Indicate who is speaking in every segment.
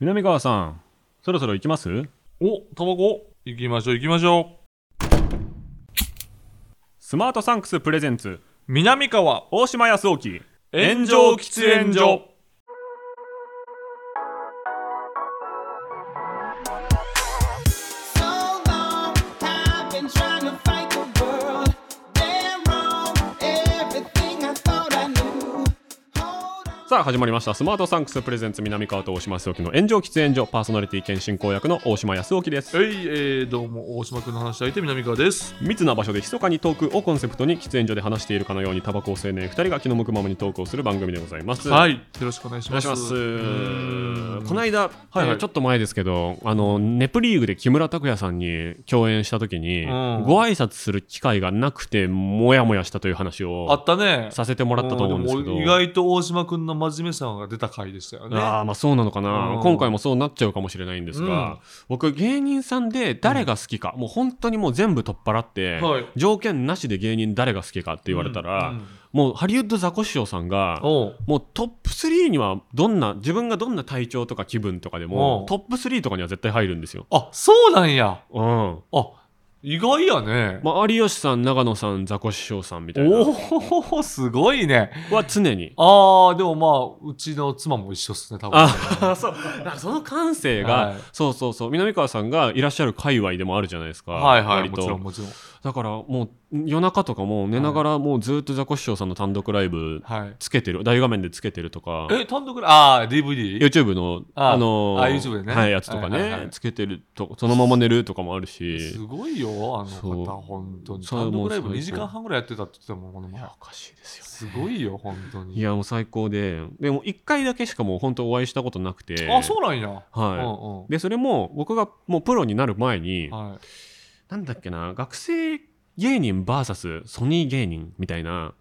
Speaker 1: 南川さん、そろそろ行きます
Speaker 2: お、タバコ行きましょう行きましょ
Speaker 1: スマートサンクスプレゼンツ、
Speaker 2: う。南川、
Speaker 1: 大島康沖、
Speaker 2: 炎上喫煙所。
Speaker 3: So long, I've been trying to fight the world. Damn wrong, everything I thought I knew. Hold on.
Speaker 1: さあ始まりましたスマートサンクスプレゼンツ南川と大島康沖の炎上喫煙所パーソナリティ兼進行役の大島康沖です
Speaker 2: はい、えー、どうも、大島君の話し相手、南川です。
Speaker 1: 密な場所で密かにトークをコンセプトに喫煙所で話しているかのようにタバコを青年2人が気の向くままにトークをする番組でございます
Speaker 2: はい、よろしくお願いし
Speaker 1: お願
Speaker 2: ま
Speaker 1: いし
Speaker 2: す。
Speaker 1: ます
Speaker 2: うーん
Speaker 1: この間、
Speaker 2: はい
Speaker 1: えーちょっと前ですけどあのネプリーグで木村拓哉さんに共演した時に、
Speaker 2: うん
Speaker 1: ご挨拶する機会がなくてモヤモヤしたという話
Speaker 2: あっ
Speaker 1: を
Speaker 2: たね。
Speaker 1: させてもらったと思うんですけ
Speaker 2: う
Speaker 1: ど
Speaker 2: んでも俺意外と大島君の真面目さが出た回でしたよね。
Speaker 1: ああまあそうなのかな、
Speaker 2: うん
Speaker 1: 今回もそうなっちゃうかもしれないんですが、
Speaker 2: うん
Speaker 1: 僕芸人さんで誰が好きか、もう本当にもう全部取っ払って、
Speaker 2: はい
Speaker 1: 条件なしで芸人誰が好きかって言われたら、
Speaker 2: うんうん
Speaker 1: もうハリウッドザコシショウさんが
Speaker 2: おう
Speaker 1: もうトップ3にはどんな自分がどんな体調とか気分とかでも
Speaker 2: うん
Speaker 1: トップ3とかには絶対入るんですよ。
Speaker 2: あ、そうなんや。
Speaker 1: うん
Speaker 2: あ、意外やね。
Speaker 1: まあ、有吉さん長野さんザコシショウさんみたいな
Speaker 2: お
Speaker 1: は
Speaker 2: お、すごいね。
Speaker 1: 常に。
Speaker 2: ああ、でもまあ、うちの妻も一緒っすね、多分。
Speaker 1: あそうだその感性が、
Speaker 2: はい
Speaker 1: そうそうそう南川さんがいらっしゃる界隈でもあるじゃないですか、
Speaker 2: はいはい、
Speaker 1: 割
Speaker 2: も
Speaker 1: と
Speaker 2: ちろんもちろん。
Speaker 1: だからもう夜中とかも寝ながらもうずっとザコシショウさんの単独ライブ
Speaker 2: はい。
Speaker 1: つけてる大画面でつけてるとか
Speaker 2: え、単独ラああ、DVD?
Speaker 1: YouTube の
Speaker 2: あ
Speaker 1: あの
Speaker 2: あ YouTube でね
Speaker 1: はいやつとかね、
Speaker 2: はいはいはい
Speaker 1: つけてるとそのまま寝るとかもあるし
Speaker 2: すごいよ、あの
Speaker 1: そう
Speaker 2: 方、本当に。
Speaker 1: そう
Speaker 2: 単
Speaker 1: もう
Speaker 2: 独ライブ
Speaker 1: 最高
Speaker 2: 2時間半ぐらいやってたって言ってたもん、この
Speaker 1: い
Speaker 2: 前
Speaker 1: や。おかしいですよ
Speaker 2: すごいよ、本当
Speaker 1: い
Speaker 2: に。
Speaker 1: やもう最高ででも1回だけしかもう本当お会いしたことなくて
Speaker 2: あ、そうなんや。は
Speaker 1: はい、
Speaker 2: い。
Speaker 1: でそれも僕がもうプロになる前に、
Speaker 2: うんうん。はい。
Speaker 1: なんだっけな学生芸人 VS ソニー芸人みたいな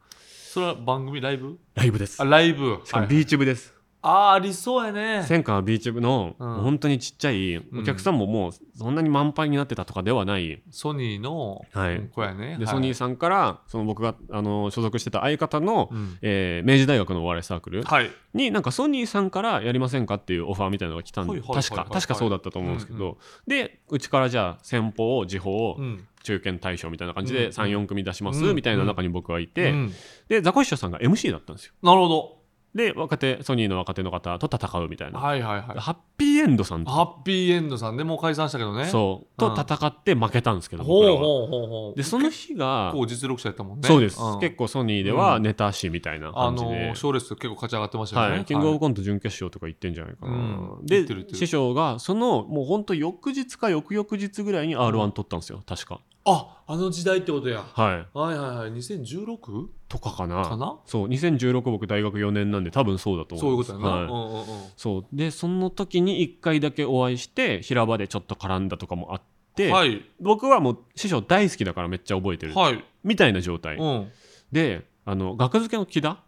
Speaker 2: それは番組、ライブ
Speaker 1: ライブです
Speaker 2: あ、ライブ。
Speaker 1: しかも
Speaker 2: はい
Speaker 1: B チューブです、
Speaker 2: あー、ありそうやね。
Speaker 1: 戦火ビーチ部の、
Speaker 2: うん
Speaker 1: 本当にちっちゃいお客さんももうそんなに満杯になってたとかではない、
Speaker 2: ソニーの
Speaker 1: はい
Speaker 2: 子やね。
Speaker 1: でソニー
Speaker 2: ー。
Speaker 1: さんからその僕があの所属してた相方の、
Speaker 2: うん
Speaker 1: えー明治大学のお笑いサークル
Speaker 2: はい。
Speaker 1: になんかソニーさんからやりませんかっていうオファーみたいなのが来たん
Speaker 2: は
Speaker 1: で
Speaker 2: いはいはいはい
Speaker 1: 確か確かそうだったと思うんですけ
Speaker 2: うんう
Speaker 1: どでうちからじゃあ先方時報
Speaker 2: うん。
Speaker 1: 中堅大将みたいな感じ
Speaker 2: う
Speaker 1: で
Speaker 2: ん
Speaker 1: 34組出します
Speaker 2: うん
Speaker 1: みたいな中に僕はいて
Speaker 2: うん
Speaker 1: でザコシショウさんが MC だったんですよ
Speaker 2: なるほど。
Speaker 1: で若手ソニーの若手の方と戦うみたいな
Speaker 2: はいはいはい。
Speaker 1: ハッピーエンドさんと
Speaker 2: ハッピーエンドさんでもう解散したけどね。
Speaker 1: そう
Speaker 2: う
Speaker 1: と
Speaker 2: ん
Speaker 1: 戦って負けたんですけど僕
Speaker 2: ほ
Speaker 1: ら
Speaker 2: う
Speaker 1: は
Speaker 2: ほうほうほう。
Speaker 1: でその日が
Speaker 2: 結構実力者やったもんね。
Speaker 1: そうです
Speaker 2: ん
Speaker 1: 結構ソニーでは
Speaker 2: うん
Speaker 1: ネタ師みたいな
Speaker 2: あ
Speaker 1: 感じ
Speaker 2: の
Speaker 1: で
Speaker 2: ー賞レース結構勝ち上がってましたよね。
Speaker 1: はい、キングオブコント準決勝とか行ってんじゃないかな、
Speaker 2: うん
Speaker 1: で
Speaker 2: 行ってる行ってる
Speaker 1: 師匠がそのもうほんと翌日か翌々日ぐらいに r 1取ったんですよ確か
Speaker 2: ああの時代ってことや。
Speaker 1: はい
Speaker 2: はいはいはい、2016?
Speaker 1: とかかな
Speaker 2: かな
Speaker 1: そう2016僕大学4年なんで多分そうだと
Speaker 2: そ
Speaker 1: 思
Speaker 2: ういう
Speaker 1: いま
Speaker 2: こ
Speaker 1: す
Speaker 2: とやな。
Speaker 1: はい
Speaker 2: うんうんうん
Speaker 1: そうでその時に1回だけお会いして平場でちょっと絡んだとかもあって、
Speaker 2: はい、
Speaker 1: 僕はもう師匠大好きだからめっちゃ覚えてる、
Speaker 2: はい、
Speaker 1: みたいな状態、
Speaker 2: うん、
Speaker 1: であの学付けの木田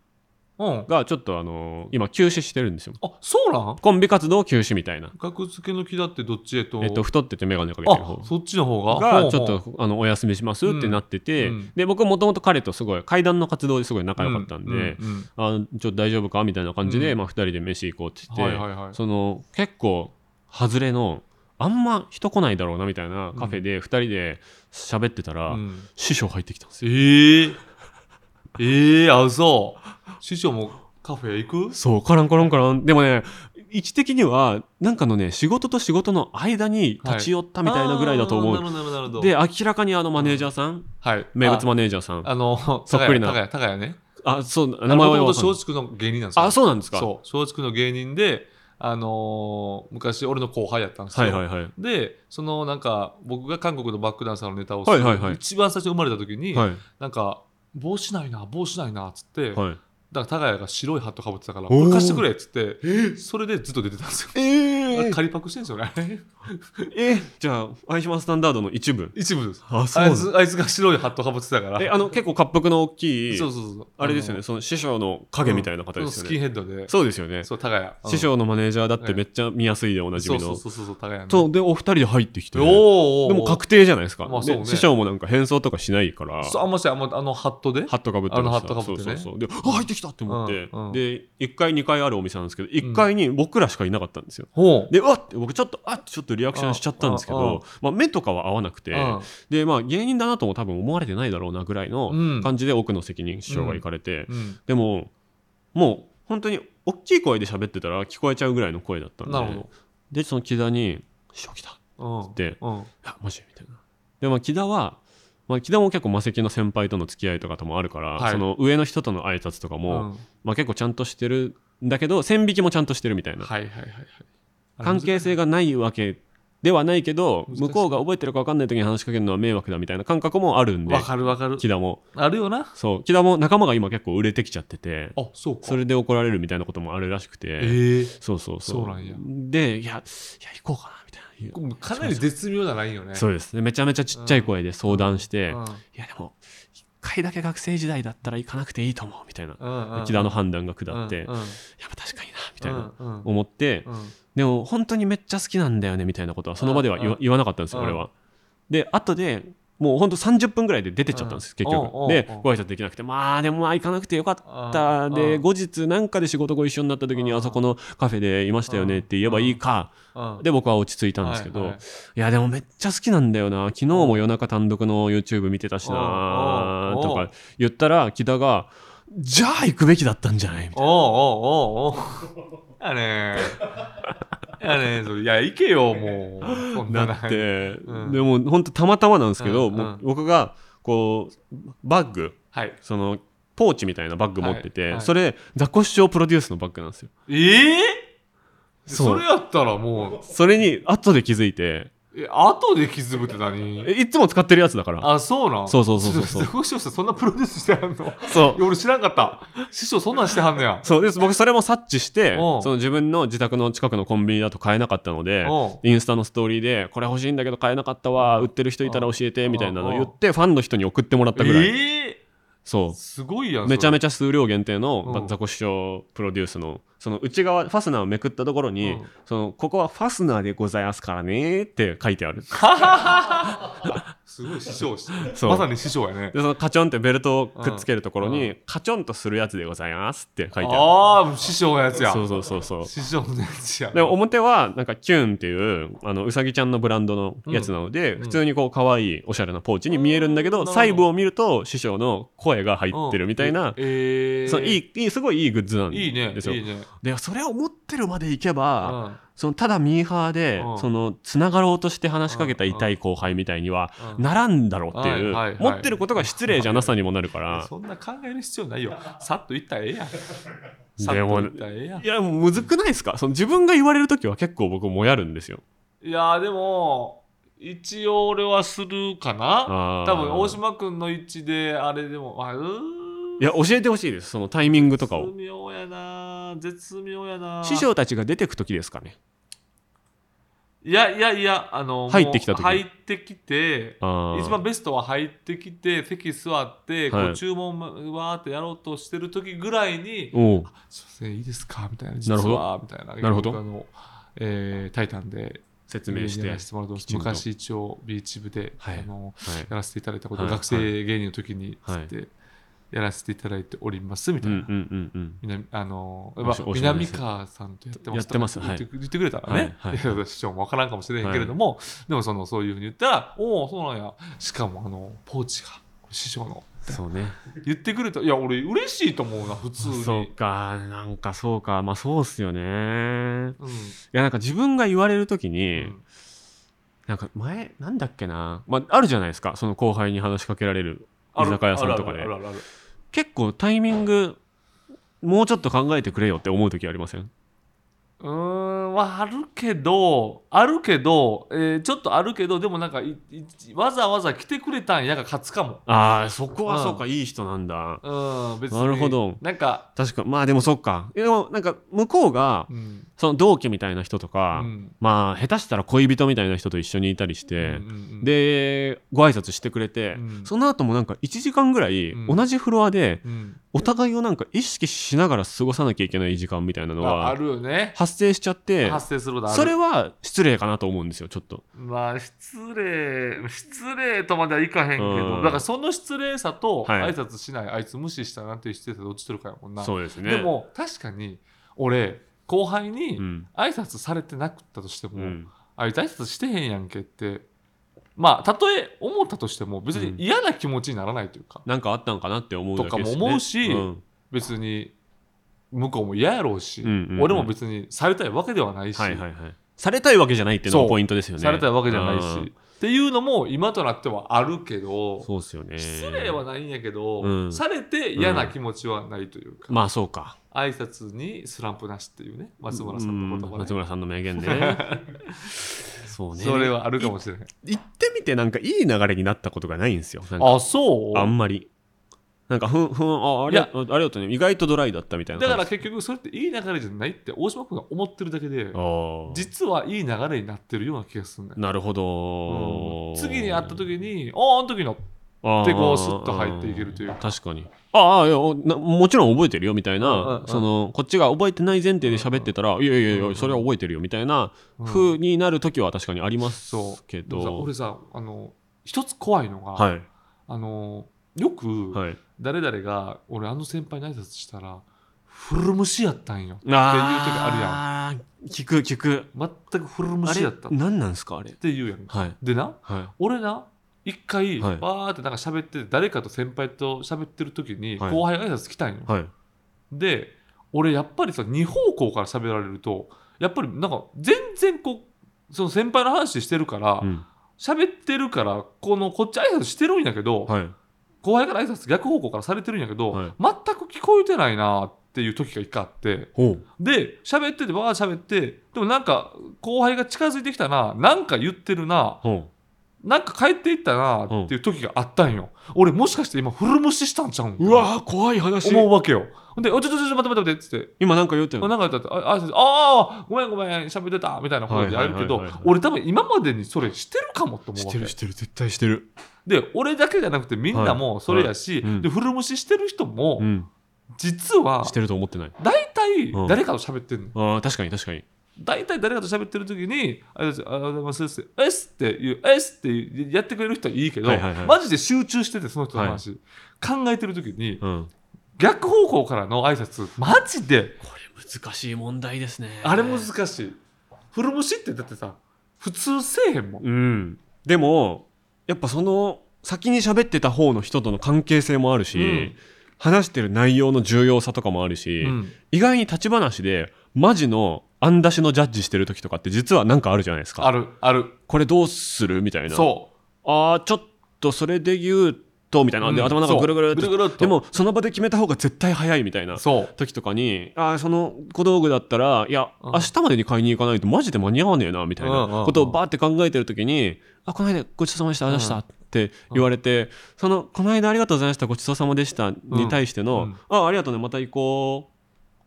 Speaker 2: うん。
Speaker 1: がちょっとあの今休止してるんですよ
Speaker 2: あそうなん
Speaker 1: コンビ活動休止みたいな、
Speaker 2: 格付けの木だってどっちへと。
Speaker 1: えっと、太ってて眼鏡かけてる方
Speaker 2: あそっちの方がほうほ
Speaker 1: が
Speaker 2: う
Speaker 1: ちょっとあのお休みしますってなってて、
Speaker 2: うん
Speaker 1: で僕もともと彼とすごい階段の活動ですごい仲良かったんで、
Speaker 2: ううん
Speaker 1: あちょっと大丈夫かみたいな感じで、
Speaker 2: うん
Speaker 1: まあ、2人で飯行こうって言
Speaker 2: は
Speaker 1: っ
Speaker 2: い
Speaker 1: て、
Speaker 2: はいはい。
Speaker 1: その結構外れのあんま人来ないだろうなみたいなカフェで2人で喋ってたら、
Speaker 2: うん
Speaker 1: 師匠入ってきたんです
Speaker 2: え
Speaker 1: よ。
Speaker 2: ー、えー、あ、そう。師匠もカフェ行く
Speaker 1: そうカランカランカランでもね位置的にはなんかのね仕事と仕事の間に立ち寄ったみたいなぐらいだと思う、
Speaker 2: あーなるほど、なるほどなるほど。
Speaker 1: で、明らかにあのマネージャーさん、
Speaker 2: はい、
Speaker 1: 名物
Speaker 2: あ
Speaker 1: マネージャーさんあ
Speaker 2: あの、
Speaker 1: そっくりな
Speaker 2: 高谷、高谷ね。
Speaker 1: そう名
Speaker 2: 名前
Speaker 1: 前は
Speaker 2: は松
Speaker 1: 分かんない
Speaker 2: 竹の芸人なんですよ。
Speaker 1: あそうなんですか
Speaker 2: そう松竹の芸人で、あのー昔俺の後輩やったんですよ、
Speaker 1: はいはいはい
Speaker 2: でそのなんか僕が韓国のバックダンサーのネタをする、
Speaker 1: はいはいはい
Speaker 2: 一番最初生まれた時に、
Speaker 1: はい
Speaker 2: なんか帽子ないな帽子ないなっつって、
Speaker 1: はい
Speaker 2: だから高谷が白いハットかぶってたから
Speaker 1: おー
Speaker 2: 貸してくれっつってそれでずっと出てたんですよ
Speaker 1: え
Speaker 2: 仮パクしてんですよね あれ
Speaker 1: えじゃあ相島スタンダードの一部
Speaker 2: 一部です
Speaker 1: あ
Speaker 2: あいつあいつが白いハットかぶってたから
Speaker 1: えあの結構恰幅の大きい
Speaker 2: そうそうそう
Speaker 1: あれですよねその師匠の影みたいな方
Speaker 2: うん
Speaker 1: で
Speaker 2: そ
Speaker 1: す
Speaker 2: の
Speaker 1: よ
Speaker 2: スキン
Speaker 1: ね
Speaker 2: ヘッドで
Speaker 1: そうですよね
Speaker 2: そう高谷、うん
Speaker 1: 師匠のマネージャーだってめっちゃ見やすいでおなじみ
Speaker 2: そ
Speaker 1: の
Speaker 2: うそうそうそう高谷ね
Speaker 1: そうでお二人で入ってきて
Speaker 2: おー
Speaker 1: で
Speaker 2: おーおー
Speaker 1: も確定じゃないですか
Speaker 2: まあそうね
Speaker 1: で師匠もなんか変装とかしないから
Speaker 2: そうあんましあんまあのハットで
Speaker 1: ハットかぶってました
Speaker 2: あのハットかぶってね
Speaker 1: そうそうそうであ入ってき来たって思って、
Speaker 2: うんうん
Speaker 1: で1階2階あるお店なんですけど1階に僕らしかいなかったんですよ、
Speaker 2: ほう。
Speaker 1: でうわって僕ちょっとあっちょっとリアクションしちゃったんですけ
Speaker 2: うんうんうん
Speaker 1: ど、まあ、目とかは合わなくて、
Speaker 2: うん
Speaker 1: でまあ芸人だなとも多分思われてないだろうなぐらいの
Speaker 2: うん
Speaker 1: 感じで奥の責任師匠が行かれて、
Speaker 2: うん。
Speaker 1: でももう本当に大きい声で喋ってたら聞こえちゃうぐらいの声だったんで
Speaker 2: なるほ
Speaker 1: でその木田に「師匠来た」
Speaker 2: ど。うん。
Speaker 1: で
Speaker 2: うん。
Speaker 1: あマジみたいな。でまあ木田は、まあ、木田も結構魔石の先輩との付き合いとかともあるから、
Speaker 2: はい
Speaker 1: その上の人との挨拶とかも、
Speaker 2: うん
Speaker 1: まあ、結構ちゃんとしてるんだけど線引きもちゃんとしてるみたいな、
Speaker 2: はいはいはいはい。
Speaker 1: 関係性がないわけではないけど
Speaker 2: 難しい
Speaker 1: 向こうが覚えてるか分かんない時に話しかけるのは迷惑だみたいな感覚もあるんで
Speaker 2: わかるわかる。
Speaker 1: 木田も
Speaker 2: あるよな。
Speaker 1: そう木田も仲間が今結構売れてきちゃってて
Speaker 2: あ、そうか。
Speaker 1: それで怒られるみたいなこともあるらしくて、
Speaker 2: ええ。
Speaker 1: そうそうそう
Speaker 2: そうなんや
Speaker 1: でいやいや行こうかなみたいな。
Speaker 2: かなり絶妙なラインよね。。
Speaker 1: そううですねめちゃめちゃちっちゃい声で相談して、
Speaker 2: うん。
Speaker 1: いやでも一回だけ学生時代だったら行かなくていいと思うみたいな
Speaker 2: うん。
Speaker 1: 木田の判断が下って、
Speaker 2: うん
Speaker 1: いや
Speaker 2: うん。み
Speaker 1: まあ確かになみたいな
Speaker 2: うん。
Speaker 1: 思って、
Speaker 2: うん
Speaker 1: でも本当にめっちゃ好きなんだよねみたいなことはその場では言わ,、
Speaker 2: うん
Speaker 1: 言わなかったんですよ、
Speaker 2: うん
Speaker 1: 俺は。で後でもう本当30分ぐらいで出てっちゃったんです、
Speaker 2: うん
Speaker 1: 結局、
Speaker 2: おうおう
Speaker 1: で
Speaker 2: おう
Speaker 1: ご挨拶できなくてまあでもまあ行かなくてよかった、
Speaker 2: うん
Speaker 1: で
Speaker 2: うん
Speaker 1: 後日なんかで仕事ご一緒になった時に、
Speaker 2: うん
Speaker 1: あそこのカフェでいましたよねって言えばいいか、
Speaker 2: うん
Speaker 1: で僕は落ち着いたんですけど、
Speaker 2: はい
Speaker 1: い
Speaker 2: はい
Speaker 1: やでもめっちゃ好きなんだよな昨日も夜中単独の YouTube 見てたしな
Speaker 2: おうおう
Speaker 1: とか言ったら木田が「じゃあ行くべきだったんじゃない?」みたい
Speaker 2: おうおうおうおう。やね ー。やねーそれ。いや、行けよ、もう。そん
Speaker 1: な
Speaker 2: な
Speaker 1: なっ
Speaker 2: ライン。
Speaker 1: て、
Speaker 2: うん
Speaker 1: でも本当たまたまなんですけど、
Speaker 2: うん
Speaker 1: もう
Speaker 2: うん
Speaker 1: 僕がこうバッグ
Speaker 2: はい。
Speaker 1: そのポーチみたいなバッグ持ってて、
Speaker 2: はいはい
Speaker 1: それザコシショウプロデュースのバッグなんですよ
Speaker 2: ええ
Speaker 1: そう
Speaker 2: それやったらも
Speaker 1: それに後で気づいて
Speaker 2: う、え、後で気づくって何
Speaker 1: えいつも使ってるやつだから
Speaker 2: あ、そうなん
Speaker 1: そうそうそうそうそう
Speaker 2: ちょっと師匠そんなプロデュースしてはんのいや
Speaker 1: そう
Speaker 2: 俺知らんかった。師匠そんなんしてはんのや。
Speaker 1: そうです僕それも察知して
Speaker 2: うん
Speaker 1: その自分の自宅の近くのコンビニだと買えなかったので
Speaker 2: う
Speaker 1: インスタのストーリーでこれ欲しいんだけど買えなかったわ売ってる人いたら教えてみたいなのを言ってファンの人に送ってもらったぐらい
Speaker 2: ええ
Speaker 1: そ
Speaker 2: すごいや。
Speaker 1: うんめちゃめ
Speaker 2: ち
Speaker 1: ちゃ数量限定
Speaker 2: う
Speaker 1: の
Speaker 2: ん
Speaker 1: ザコシショウプロデュースのその内側ファスナーをめくったところ
Speaker 2: う
Speaker 1: に
Speaker 2: ん
Speaker 1: そのここはファスナーでございますからねって書いてあ る
Speaker 2: ゃ。すごい師匠し。
Speaker 1: そう
Speaker 2: まさに師匠やね。
Speaker 1: でそのカチョンってベルトをくっつけるところにカチョンとするやつでございますって書いてあ
Speaker 2: ああ、師匠のやつ
Speaker 1: る
Speaker 2: や
Speaker 1: そ。うそうそうそう
Speaker 2: 師匠のやつや。
Speaker 1: で表はなんかキュンっていうあのうさぎちゃんのブランドのやつなので、
Speaker 2: うん
Speaker 1: 普通にこう可愛いおしゃれなポーチに見えるんだけど、
Speaker 2: うん
Speaker 1: 細部を見ると師匠の声が入ってるみたいな、
Speaker 2: ええ
Speaker 1: そのいいいいすごいいいグッズなん
Speaker 2: いいね。
Speaker 1: ですよ。
Speaker 2: いいね。
Speaker 1: でそれを持ってるまでいけ
Speaker 2: う
Speaker 1: ば、
Speaker 2: ん
Speaker 1: そのただミーハーで、
Speaker 2: うん
Speaker 1: そのつながろうとして話しかけた痛い後輩みたいには、
Speaker 2: うん
Speaker 1: ならんだろうっていう、
Speaker 2: はいはい
Speaker 1: 持
Speaker 2: はい
Speaker 1: ってることが失礼じゃなさにもなるから。
Speaker 2: そんな考える必要ないよ。さっと行ったらええやん。さっ
Speaker 1: でも
Speaker 2: と行ったらええやん
Speaker 1: い。やもうむずくないですかその自分が言われる時は結構僕もやるんですよ。
Speaker 2: いやーでも一応俺はするかな
Speaker 1: あー
Speaker 2: 多分大島君の位置であれでもあうーん
Speaker 1: いや教えてほしいですそのタイミングとかを
Speaker 2: 絶。妙やなー絶妙やなー
Speaker 1: 師匠たちが出てく時ですかね。
Speaker 2: いやいやいやあの
Speaker 1: 入ってきた
Speaker 2: もう
Speaker 1: 時
Speaker 2: 入ってきて
Speaker 1: あー
Speaker 2: 一番ベストは入ってきて席座って、
Speaker 1: はい
Speaker 2: こう注文わーってやろうとしてる時ぐらいに
Speaker 1: おう
Speaker 2: 「すいませんいいですか?」みたいな「
Speaker 1: なるほど
Speaker 2: 実は」みたいな
Speaker 1: なるほど
Speaker 2: 僕あの、えータイタン」で
Speaker 1: 説明して。
Speaker 2: や
Speaker 1: は
Speaker 2: らせてもらってます
Speaker 1: きちんと
Speaker 2: 昔一応ビーチ部で、
Speaker 1: はい
Speaker 2: あの
Speaker 1: い
Speaker 2: やらせていただいたことを
Speaker 1: はい
Speaker 2: 学生芸人の時につって、やらせていただいております み
Speaker 1: う
Speaker 2: たい
Speaker 1: ん
Speaker 2: な。
Speaker 1: うんうん
Speaker 2: 南あの
Speaker 1: おし
Speaker 2: まあ
Speaker 1: おし
Speaker 2: 南川さんとやってます
Speaker 1: やってます
Speaker 2: とか言って,、
Speaker 1: は
Speaker 2: 言ってくれたらね、
Speaker 1: はいはい
Speaker 2: いや師匠もわからんかもしれへんけれども、でもそのそういうふうに言ったら「おおそうなんや」しかもあのポーチが師匠の
Speaker 1: うん。そうね。
Speaker 2: 言ってくれたいや俺嬉しいと思うな普通に
Speaker 1: そうか、なんかそうか、まあそうっすよね。い
Speaker 2: うん
Speaker 1: や、なんか自分が言われる時
Speaker 2: う
Speaker 1: に、
Speaker 2: ん
Speaker 1: なんか前、なんだっけな、まああるじゃないですか、その後輩に話しかけられる居酒屋さんとか
Speaker 2: あ
Speaker 1: で
Speaker 2: る。あるあるある
Speaker 1: 結構タイミング、もうちょっと考えてくれよって思う時ありません
Speaker 2: うーんはあるけどあるけど、えーちょっとあるけどでもなんかいいわざわざ来てくれたんやが勝つかも
Speaker 1: ああ、そこ
Speaker 2: う
Speaker 1: は
Speaker 2: ん
Speaker 1: そうか、いい人なんだ。
Speaker 2: うん別に
Speaker 1: なるほど
Speaker 2: なんか、
Speaker 1: 確か、まあでもそっか。でもなんか向こうが
Speaker 2: う、ん
Speaker 1: その同期みたいな人と
Speaker 2: う
Speaker 1: か、
Speaker 2: ん
Speaker 1: まあ下手したら恋人みたいな人と一緒にいたりし
Speaker 2: うん
Speaker 1: て、
Speaker 2: うん
Speaker 1: でご挨拶してくれて、
Speaker 2: うん
Speaker 1: その後もなんか1時間ぐらい
Speaker 2: うん
Speaker 1: 同じフロアで
Speaker 2: うん
Speaker 1: お互いをなんか意識しながら過ごさなきゃいけない時間みたいなの
Speaker 2: ああ
Speaker 1: は
Speaker 2: るよね
Speaker 1: 発生しちゃって
Speaker 2: 発生することある
Speaker 1: それは失礼かなと思うんですよちょっと
Speaker 2: まあ失礼失礼とまではいかへんけど、
Speaker 1: うん
Speaker 2: だからその失礼さと
Speaker 1: は
Speaker 2: 挨
Speaker 1: い
Speaker 2: 拶しない、あいつ無視したなっていう失礼さどっち取るかやもんな、
Speaker 1: そうですね
Speaker 2: でも確かに俺後輩に
Speaker 1: うん
Speaker 2: 挨拶されてなくったとしても、
Speaker 1: うん
Speaker 2: あいつ挨拶してへんやんけってまあたとえ思ったとしても別に嫌な気持ちにならないというか、
Speaker 1: なんかあったんかなって思うだけです、ね、
Speaker 2: とかも思うし
Speaker 1: ん
Speaker 2: 別に向こうも嫌やろうし、
Speaker 1: うんうんうん
Speaker 2: 俺も別にされたいわけではないし、
Speaker 1: はいはいはいされたいわけじゃないっていうの
Speaker 2: そう
Speaker 1: がポイントですよね
Speaker 2: されたいわけじゃないし、
Speaker 1: うん
Speaker 2: っていうのも今となってはあるけど
Speaker 1: そうですよね
Speaker 2: 失礼はないんやけど、
Speaker 1: うん
Speaker 2: されて嫌な気持ちはないというか、
Speaker 1: まあそうか
Speaker 2: 挨拶にスランプなしっていうね松村さんの言
Speaker 1: う
Speaker 2: 葉
Speaker 1: ん
Speaker 2: ね
Speaker 1: 松村さんの名 言ねそうね
Speaker 2: それはあるかもしれない
Speaker 1: 行ってみてなんかいい流れになったことがないんですよなんか
Speaker 2: あそう
Speaker 1: あんまりなんかふんふんああり
Speaker 2: い
Speaker 1: があありがとうね意外とドライだったみたいな
Speaker 2: だから
Speaker 1: 感
Speaker 2: 結局それっていい流れじゃないって大島君が思ってるだけで
Speaker 1: じあー
Speaker 2: 実はいい流れになってるような気がするんだよ、
Speaker 1: なるほど、
Speaker 2: うん次に会った時に「あああの時の
Speaker 1: っ
Speaker 2: でこうスッと入っていけるというか
Speaker 1: 確かにああいやおなもちろん覚えてるよみたい
Speaker 2: うんうん
Speaker 1: な
Speaker 2: うん
Speaker 1: そのこっちが覚えてない前提で喋ってたらいやいやいやそれは覚えてるよみたいな
Speaker 2: うん
Speaker 1: 風になる時は確かにあります
Speaker 2: そう
Speaker 1: け
Speaker 2: でもさ
Speaker 1: ど
Speaker 2: 俺さあの一つ怖いのが、
Speaker 1: はい
Speaker 2: あのよく
Speaker 1: はい
Speaker 2: 誰々が「俺あの先輩に挨拶したら古虫やったんよ」っていう時あ
Speaker 1: あるやん聞く聞く
Speaker 2: るやん全く古
Speaker 1: あれ
Speaker 2: 虫やったっ
Speaker 1: 何なんですかあれ
Speaker 2: ていうやんか
Speaker 1: はい
Speaker 2: でな
Speaker 1: はい
Speaker 2: 俺な一回
Speaker 1: は
Speaker 2: バ
Speaker 1: い
Speaker 2: ーってなんか喋ってて誰かと先輩と喋ってる時に
Speaker 1: はい
Speaker 2: 後輩が挨拶来たんよ、
Speaker 1: はい
Speaker 2: で俺やっぱりさ2方向から喋られるとやっぱりなんか全然こうその先輩の話してるから
Speaker 1: うん
Speaker 2: 喋、ってるからこのこっち挨拶してるんやけど、
Speaker 1: はい
Speaker 2: 後輩から挨拶逆方向からされてるんやけど、
Speaker 1: はい
Speaker 2: 全く聞こえてないなっていう時が一回あって
Speaker 1: ほう
Speaker 2: で喋っててバーッ喋ってでもなんか後輩が近づいてきたななんか言ってるな
Speaker 1: ほ
Speaker 2: なんか帰っていったなっていう時があったんよ、俺もしかして今古虫したんちゃうん
Speaker 1: ううわー怖い話
Speaker 2: 思うわけよほんで「おちょちょちょ待って待って待って」っつって
Speaker 1: 今なんか言うてる
Speaker 2: なんか言ったらあああーごめんごめん喋ってたみたいなことでやるけど
Speaker 1: はいはいはいはいはい
Speaker 2: 俺多分今までにそれしてるかもって思うわけ
Speaker 1: てる絶対してる
Speaker 2: で俺だけじゃなくてみんなもそれやし、
Speaker 1: はいはいうん
Speaker 2: で古虫してる人も
Speaker 1: うん
Speaker 2: 実は
Speaker 1: してると思ってない
Speaker 2: 大体
Speaker 1: うん
Speaker 2: 誰かと喋ってんの、
Speaker 1: あー確かに確かに
Speaker 2: 大体誰かと喋ってる時に「ありがとうございます」って「えっす」って言う「えっす」ってやってくれる人はいいけど、
Speaker 1: はいはいはい
Speaker 2: マジで集中しててその人の話、考えてる時に
Speaker 1: うん
Speaker 2: 逆方向からの挨拶マジで
Speaker 1: これ難しい問題ですね
Speaker 2: あれ難しい。古虫ってだってさ、普通せえへんもん。
Speaker 1: うん、でもやっぱその先に喋ってた方の人との関係性もあるし、
Speaker 2: うん
Speaker 1: 話してる内容の重要さとかもあるし、
Speaker 2: うん
Speaker 1: 意外に立ち話でマジの案出しのジャッジしてる時とかって実はなんかあるじゃないです
Speaker 2: あ
Speaker 1: か
Speaker 2: る、ある。
Speaker 1: これどうするみたいな
Speaker 2: そ
Speaker 1: あーちょっとそれで言うとみたいな、
Speaker 2: うん
Speaker 1: で頭の中ぐるぐるっ
Speaker 2: そ
Speaker 1: と
Speaker 2: うぐるぐるっと、
Speaker 1: でもその場で決めた方が絶対早いみたいうな
Speaker 2: そう。
Speaker 1: 時とかにあーその小道具だったらいや、
Speaker 2: うん
Speaker 1: 明日までに買いに行かないとマジで間に合わねえなみたい
Speaker 2: うんうんう
Speaker 1: なんことをバーって考えてる時に「あこの間ごちそうさまでしたありがとうございました」って言われて、その「この間ありがとうございましたごちそうさまでした」に対しての「
Speaker 2: うん
Speaker 1: あありがとうねまた行こ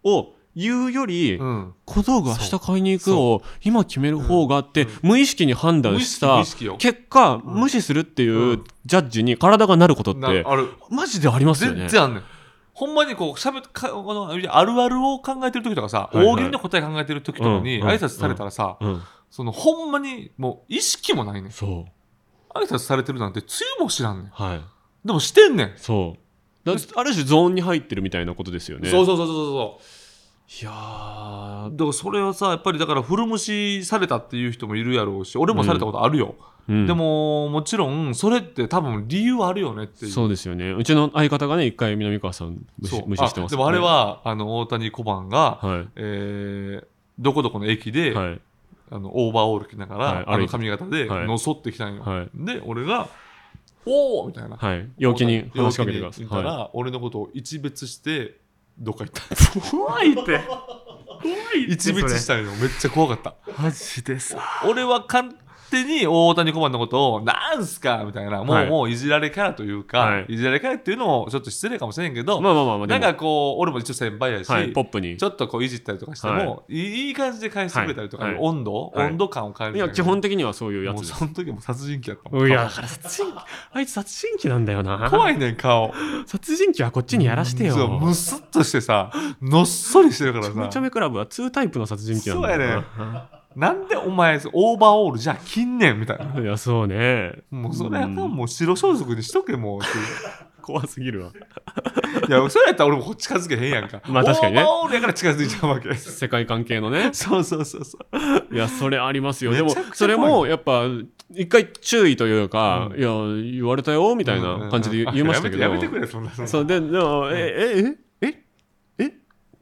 Speaker 1: う」を言うより、
Speaker 2: うん。
Speaker 1: 小道具明日買いに行くを今決める方があって、
Speaker 2: うん
Speaker 1: 無意識に判断し
Speaker 2: 無
Speaker 1: た
Speaker 2: 意識無意識よ
Speaker 1: 結果、無視するって
Speaker 2: う
Speaker 1: いうんジャッジに体がなることっ
Speaker 2: な
Speaker 1: て
Speaker 2: ある。
Speaker 1: マジでありますよね
Speaker 2: 全。然あんねん。ほんまにこう、喋ってか、この、あるあるを考えてる時とかさ、
Speaker 1: はいはい
Speaker 2: 大喜利の答え考えてる時とかに、
Speaker 1: うんうん
Speaker 2: 挨拶されたらさ、
Speaker 1: うん、
Speaker 2: その、ほんまに、もう、意識もないねん。
Speaker 1: そう
Speaker 2: 挨拶されてるなんて、つゆも知らんねん。
Speaker 1: はい
Speaker 2: でも、してんねん。
Speaker 1: そうだある種ゾーンに入ってるみたいなことですよね
Speaker 2: そうそうそうそうそう。
Speaker 1: いやー
Speaker 2: だからそれはさやっぱりだから古虫されたっていう人もいるやろうし俺もされたことあるよ、
Speaker 1: うん
Speaker 2: でももちろんそれって多分理由あるよねっていう
Speaker 1: そうですよねうちの相方がね一回南川さん無視
Speaker 2: そう
Speaker 1: 無視してます
Speaker 2: あでもあれはあの大谷小判が、
Speaker 1: は
Speaker 2: えーどこどこの駅で、
Speaker 1: いはい
Speaker 2: あのオーバーオール着ながら、
Speaker 1: はい
Speaker 2: あ
Speaker 1: 歩
Speaker 2: の
Speaker 1: いて
Speaker 2: 髪型で
Speaker 1: はい
Speaker 2: のそってきたんよ、
Speaker 1: はい
Speaker 2: で俺が「おお!」みたいな、
Speaker 1: はい陽気に話しかけてく
Speaker 2: 陽
Speaker 1: だ
Speaker 2: 気
Speaker 1: さ
Speaker 2: に
Speaker 1: い
Speaker 2: 言ったら、
Speaker 1: は
Speaker 2: 俺のことを一別してどっか 行った
Speaker 1: い、怖いって怖い
Speaker 2: 一別したんよめっちゃ怖かった
Speaker 1: マジでさ
Speaker 2: 俺は完手に大谷小判のことを「なんすか!」みたいなもう,、
Speaker 1: はい
Speaker 2: もういじられキャラというか、
Speaker 1: はいい、
Speaker 2: じられキャラっていうのもちょっと失礼かもしれんけど、
Speaker 1: まあまあまあまあで
Speaker 2: な
Speaker 1: も
Speaker 2: んかこう俺も一応先輩やし、
Speaker 1: はい、ポップに
Speaker 2: ちょっとこういじったりとかしても、い、いい感じで返してくれたりとか、
Speaker 1: はいはい
Speaker 2: 温度、
Speaker 1: はい
Speaker 2: 温度感を変える
Speaker 1: いや基本的にはそういうや
Speaker 2: も
Speaker 1: つ
Speaker 2: う
Speaker 1: です
Speaker 2: その時も殺人鬼やったもん
Speaker 1: いやだから殺人鬼あいつ殺人鬼なんだよな
Speaker 2: 怖いねん顔
Speaker 1: 殺人鬼はこっちにやらしてよ
Speaker 2: そうむすっとしてさのっそりしてるから
Speaker 1: ちょめち
Speaker 2: さ
Speaker 1: ゃめクラブは2タイプの殺人鬼なんだよな
Speaker 2: なんでお前オーバーオールじゃあ切んねんみたいない
Speaker 1: やそうね
Speaker 2: もうそれやったら
Speaker 1: うん
Speaker 2: もう白装束にしとけもうって
Speaker 1: 怖すぎるわ
Speaker 2: いやそれやったら俺もこっち近づけへんやんか
Speaker 1: まあ確かにね
Speaker 2: オーバーオールやから近づいちゃうわけ
Speaker 1: 世界関係のね
Speaker 2: そうそうそうそう
Speaker 1: いやそれありますよ
Speaker 2: めち
Speaker 1: でも
Speaker 2: ゃくちゃ怖い
Speaker 1: それもやっぱ一回注意というか、
Speaker 2: う
Speaker 1: いや言われたよみたいな感じで言,、いましたけど
Speaker 2: やめてやめてくれそんなそんな
Speaker 1: そうででも、えええええ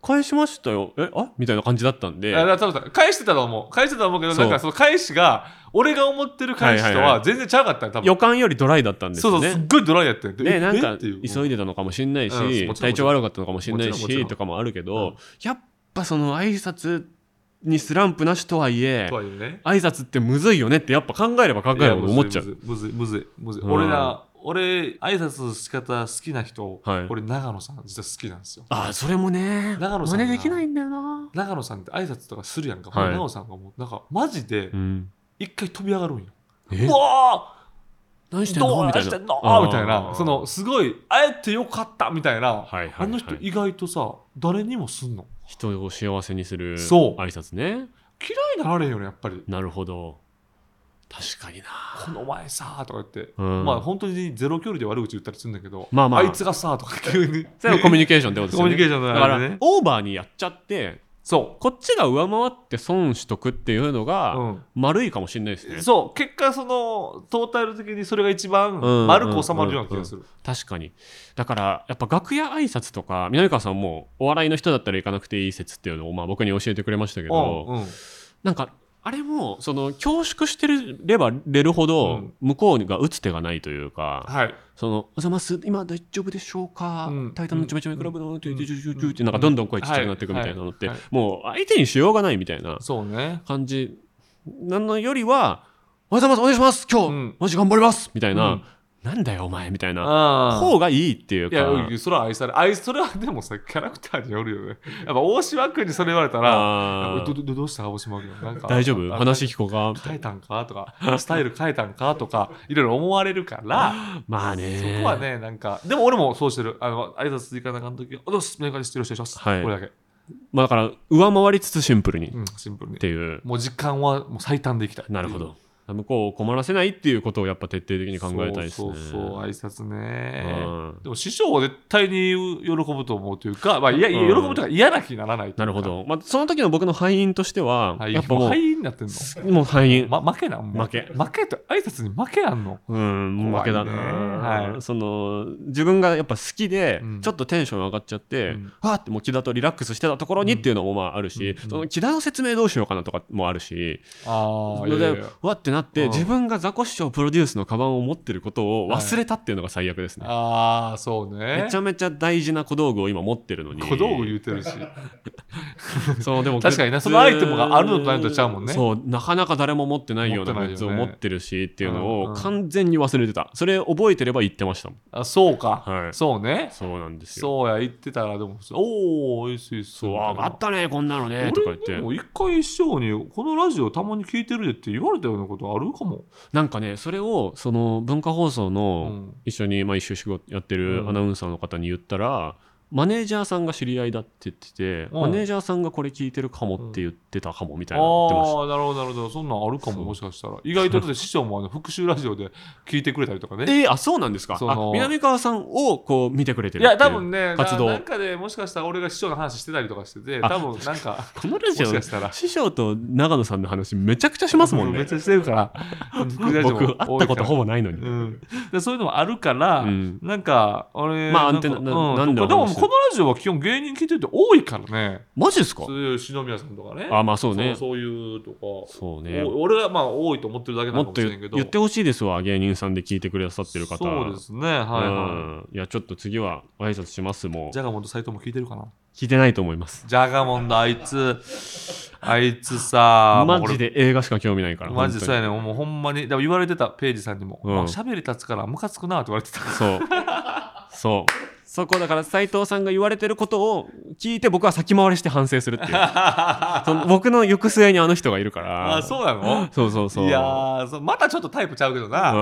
Speaker 1: 返しましたよえあみたいな感じだったんで
Speaker 2: あだから多分さ返してたと思う返してたと思うけど
Speaker 1: そう
Speaker 2: なんかその返しが俺が思ってる返しと
Speaker 1: はいはいは
Speaker 2: はい全然ちゃうかったよ多分
Speaker 1: 予感よりドライだったんです
Speaker 2: そう
Speaker 1: よ
Speaker 2: そ
Speaker 1: ね
Speaker 2: うすっごいドライやってん
Speaker 1: でなん
Speaker 2: え
Speaker 1: か
Speaker 2: っていう
Speaker 1: 急いでたのかもしれない
Speaker 2: うんもちろん
Speaker 1: し
Speaker 2: もちろん
Speaker 1: 体調悪かったのかもしれない
Speaker 2: もちろんもちろ
Speaker 1: し
Speaker 2: ん
Speaker 1: とかもあるけどやっぱその挨拶にスランプなしとはいえ
Speaker 2: とはいえね
Speaker 1: 挨拶ってむずいよねってやっぱ考えれば考えるほど思っちゃう。
Speaker 2: むずいむずいむずいむずい
Speaker 1: うん
Speaker 2: 俺ら俺挨拶の仕方好きな人、
Speaker 1: はい
Speaker 2: 俺長野さん実は好きなんですよ
Speaker 1: ああそれもね
Speaker 2: 長野さんが
Speaker 1: 真似できないんだよな。
Speaker 2: 長野さんって挨拶とかするやんか、
Speaker 1: はい
Speaker 2: 長野さんがもうなんかマジで
Speaker 1: うん、
Speaker 2: 一回飛び上がるんよ、
Speaker 1: え
Speaker 2: うわ
Speaker 1: 何して
Speaker 2: ー
Speaker 1: んの
Speaker 2: どう
Speaker 1: みたい
Speaker 2: して
Speaker 1: なん
Speaker 2: の。
Speaker 1: あー
Speaker 2: みたいなそのすごい会えてよかったみたいな、
Speaker 1: はいはいはい
Speaker 2: あの人意外とさ誰にもすんの
Speaker 1: 人を幸せにする
Speaker 2: そう
Speaker 1: 挨拶ね。
Speaker 2: 嫌いになられへんよねやっぱり
Speaker 1: なるほど確かにな。
Speaker 2: この前さーとか言って、
Speaker 1: うん
Speaker 2: まあ本当にゼロ距離で悪口言ったりするんだけど、
Speaker 1: まあまあ
Speaker 2: いつがさーとか急に
Speaker 1: それはコミュニケーションってことですよね。
Speaker 2: コミュニケーションの
Speaker 1: だか
Speaker 2: あれね
Speaker 1: らオーバーにやっちゃって
Speaker 2: そ
Speaker 1: こっちが上回って損しとくっていうの
Speaker 2: う、
Speaker 1: が、
Speaker 2: うん、
Speaker 1: 丸いかもしれないですね。
Speaker 2: そう結果そのトータル的にそれが一番
Speaker 1: うん
Speaker 2: 丸く収まるような気がする、
Speaker 1: 確かにだからやっぱ楽屋挨拶とか南川さんもお笑いの人だったら行かなくていい説っていうのをまあ僕に教えてくれましたけど、
Speaker 2: うんうん
Speaker 1: なんかあれもその恐縮してればれるほ
Speaker 2: う
Speaker 1: ど
Speaker 2: ん
Speaker 1: 向こうが打つ手がないというか、
Speaker 2: はい
Speaker 1: その「おざます今大丈夫でしょうか、
Speaker 2: うん
Speaker 1: タイタンのちょめちょめクラブの」って
Speaker 2: うん
Speaker 1: なんかどんどん声ちっちゃくなっていくみたいなのって、
Speaker 2: はいはい
Speaker 1: もう相手にしようがないみたいな
Speaker 2: そうね
Speaker 1: 感じなのよりは「おはようございますお願いします今日、
Speaker 2: うん
Speaker 1: マジ頑張ります」みたいな「
Speaker 2: うん
Speaker 1: なんだよお前」みたいな
Speaker 2: あ
Speaker 1: 方がいいっていう
Speaker 2: い
Speaker 1: か
Speaker 2: やそれは愛され愛それはでもさキャラクターによるよねやっぱ大島君にそれ言われたら
Speaker 1: あ
Speaker 2: ど
Speaker 1: ー
Speaker 2: どどうした大島君なんか
Speaker 1: 大丈夫
Speaker 2: あ
Speaker 1: 話聞こうか みたい
Speaker 2: 変えたんかとかスタイル変えたんかとかいろいろ思われるから
Speaker 1: なまあね
Speaker 2: そこはねなんかでも俺もそうしてるあの挨拶行かなあかん時おどうすメーカーですよろしくお願いします、
Speaker 1: はい
Speaker 2: これだけ、
Speaker 1: まあだから上回りつつシンプルにっ
Speaker 2: うん、シンプルに
Speaker 1: ていう
Speaker 2: もう時間はもう最短でいきたい
Speaker 1: なるほど向こうを困らせないっていうことをやっぱ徹底的に考えたいですね
Speaker 2: そうそうそう挨拶ね
Speaker 1: うん
Speaker 2: でも師匠は絶対に喜ぶと思うというか、まあ、いやいや
Speaker 1: うん
Speaker 2: 喜ぶというか嫌な気にならないというか
Speaker 1: なるほ、どまあその時の僕の敗因としては
Speaker 2: はい、
Speaker 1: やっぱも
Speaker 2: もう
Speaker 1: う
Speaker 2: 敗因になってんの、
Speaker 1: もう敗因
Speaker 2: ま、負けなんもう
Speaker 1: 負け
Speaker 2: 負けと挨拶に負けあんの
Speaker 1: うんもう負けだな、
Speaker 2: 怖いねはい
Speaker 1: その自分がやっぱ好きで、
Speaker 2: うん
Speaker 1: ちょっとテンション上がっちゃって、
Speaker 2: うん
Speaker 1: わーってもう木田とリラックスしてたところにっていうのもまああるし、
Speaker 2: うん
Speaker 1: その木田の説明どうしようかなとかもあるし、
Speaker 2: ああい
Speaker 1: の
Speaker 2: やい
Speaker 1: で
Speaker 2: やいや
Speaker 1: わってなって、
Speaker 2: うん
Speaker 1: 自分がザコシショウプロデュースのカバンを持ってることを忘れたっていうのが最悪ですね、
Speaker 2: ああそうね
Speaker 1: めちゃめちゃ大事な小道具を今持ってるのに
Speaker 2: 小道具言うてるし
Speaker 1: そうでも
Speaker 2: 確かにね
Speaker 1: グッズ
Speaker 2: そのアイテムがあるのとないのとちゃうもんね
Speaker 1: そうなかなか誰も持ってないような
Speaker 2: 持
Speaker 1: グ
Speaker 2: ってないよね
Speaker 1: ッズを持ってるしっていうの
Speaker 2: うんう
Speaker 1: を
Speaker 2: ん
Speaker 1: 完全に忘れてたそれ覚えてれば言ってましたもん
Speaker 2: あそうか、
Speaker 1: はい
Speaker 2: そうね
Speaker 1: そうなんですよ
Speaker 2: そうや言ってたらでもおおいいっすいいっす
Speaker 1: そうああったねこんなのねとか言
Speaker 2: 俺
Speaker 1: っ
Speaker 2: で
Speaker 1: て
Speaker 2: も一回師匠にこのラジオたまに聞いてるでって言われたようなことあるかも、
Speaker 1: なんかねそれをその文化放送
Speaker 2: う
Speaker 1: の
Speaker 2: ん
Speaker 1: 一緒にまあ一緒に仕事やって
Speaker 2: うん
Speaker 1: るアナウンサーの方に言ったら、マネージャーさんが知り合いだって言ってて、
Speaker 2: うん
Speaker 1: マネージャーさんがこれ聞いてるかもって言ってたかもみ
Speaker 2: あ
Speaker 1: た
Speaker 2: あ
Speaker 1: いな言ってました
Speaker 2: ーなるほどなるほどそんなんあるか
Speaker 1: そ
Speaker 2: も
Speaker 1: う
Speaker 2: もしかしたら意外とだって師匠もあの復習ラジオで聞いてくれたりとかね
Speaker 1: えー、あそうなんですか
Speaker 2: その
Speaker 1: あ南川さんをこう見てくれて
Speaker 2: い
Speaker 1: るって
Speaker 2: や
Speaker 1: う
Speaker 2: 多分ね
Speaker 1: 活動
Speaker 2: ななんかでもしかしたら俺が師匠の話してたりとかしてて多分なんか
Speaker 1: このラジ
Speaker 2: もしか
Speaker 1: オ
Speaker 2: したら
Speaker 1: 師匠と長野さんの話めちゃくちゃしますもん
Speaker 2: めっ
Speaker 1: ね
Speaker 2: ちゃしてるから復習ラジオ
Speaker 1: 僕会
Speaker 2: 多いから
Speaker 1: ったことほぼないのに、
Speaker 2: うん、でそういうのもあるから、
Speaker 1: うん
Speaker 2: なんか俺
Speaker 1: まあ
Speaker 2: なんか
Speaker 1: アンテナな
Speaker 2: うん、
Speaker 1: なんで
Speaker 2: とかでも
Speaker 1: お話し
Speaker 2: このラジオは基本芸人聞いてるって多いからね
Speaker 1: マジですか
Speaker 2: そういう篠宮さんとかね
Speaker 1: あまあそうね
Speaker 2: そうそういうとか
Speaker 1: そうね
Speaker 2: お俺はまあ多いと思ってるだけな
Speaker 1: も
Speaker 2: のか
Speaker 1: っ
Speaker 2: も
Speaker 1: と
Speaker 2: しれ
Speaker 1: 言
Speaker 2: んけど
Speaker 1: 言ってほしいですわ芸人さんで聞いてくださってる方
Speaker 2: そうですねはいは
Speaker 1: うんいやちょっと次は挨拶しますも
Speaker 2: いジ
Speaker 1: う
Speaker 2: ャガモンと斎藤も聞いてるかな
Speaker 1: 聞いてないと思います
Speaker 2: ジャガモンのあいつあいつさ
Speaker 1: マジ
Speaker 2: で
Speaker 1: で映画しか興味ないから
Speaker 2: マジでそうや
Speaker 1: 本
Speaker 2: ねもうほんまにだから言われてたページさんにも「
Speaker 1: うん
Speaker 2: あ喋、り立つからムカつくな」って言われてた
Speaker 1: 当にそうそうそこだから斉藤さんが言われてることを聞いて僕は先回りして反省する っていうその僕の行く末にあの人がいるから
Speaker 2: あそうなの
Speaker 1: そうそうそう
Speaker 2: いやーそうまたちょっとタイプちゃうけど
Speaker 1: う
Speaker 2: な、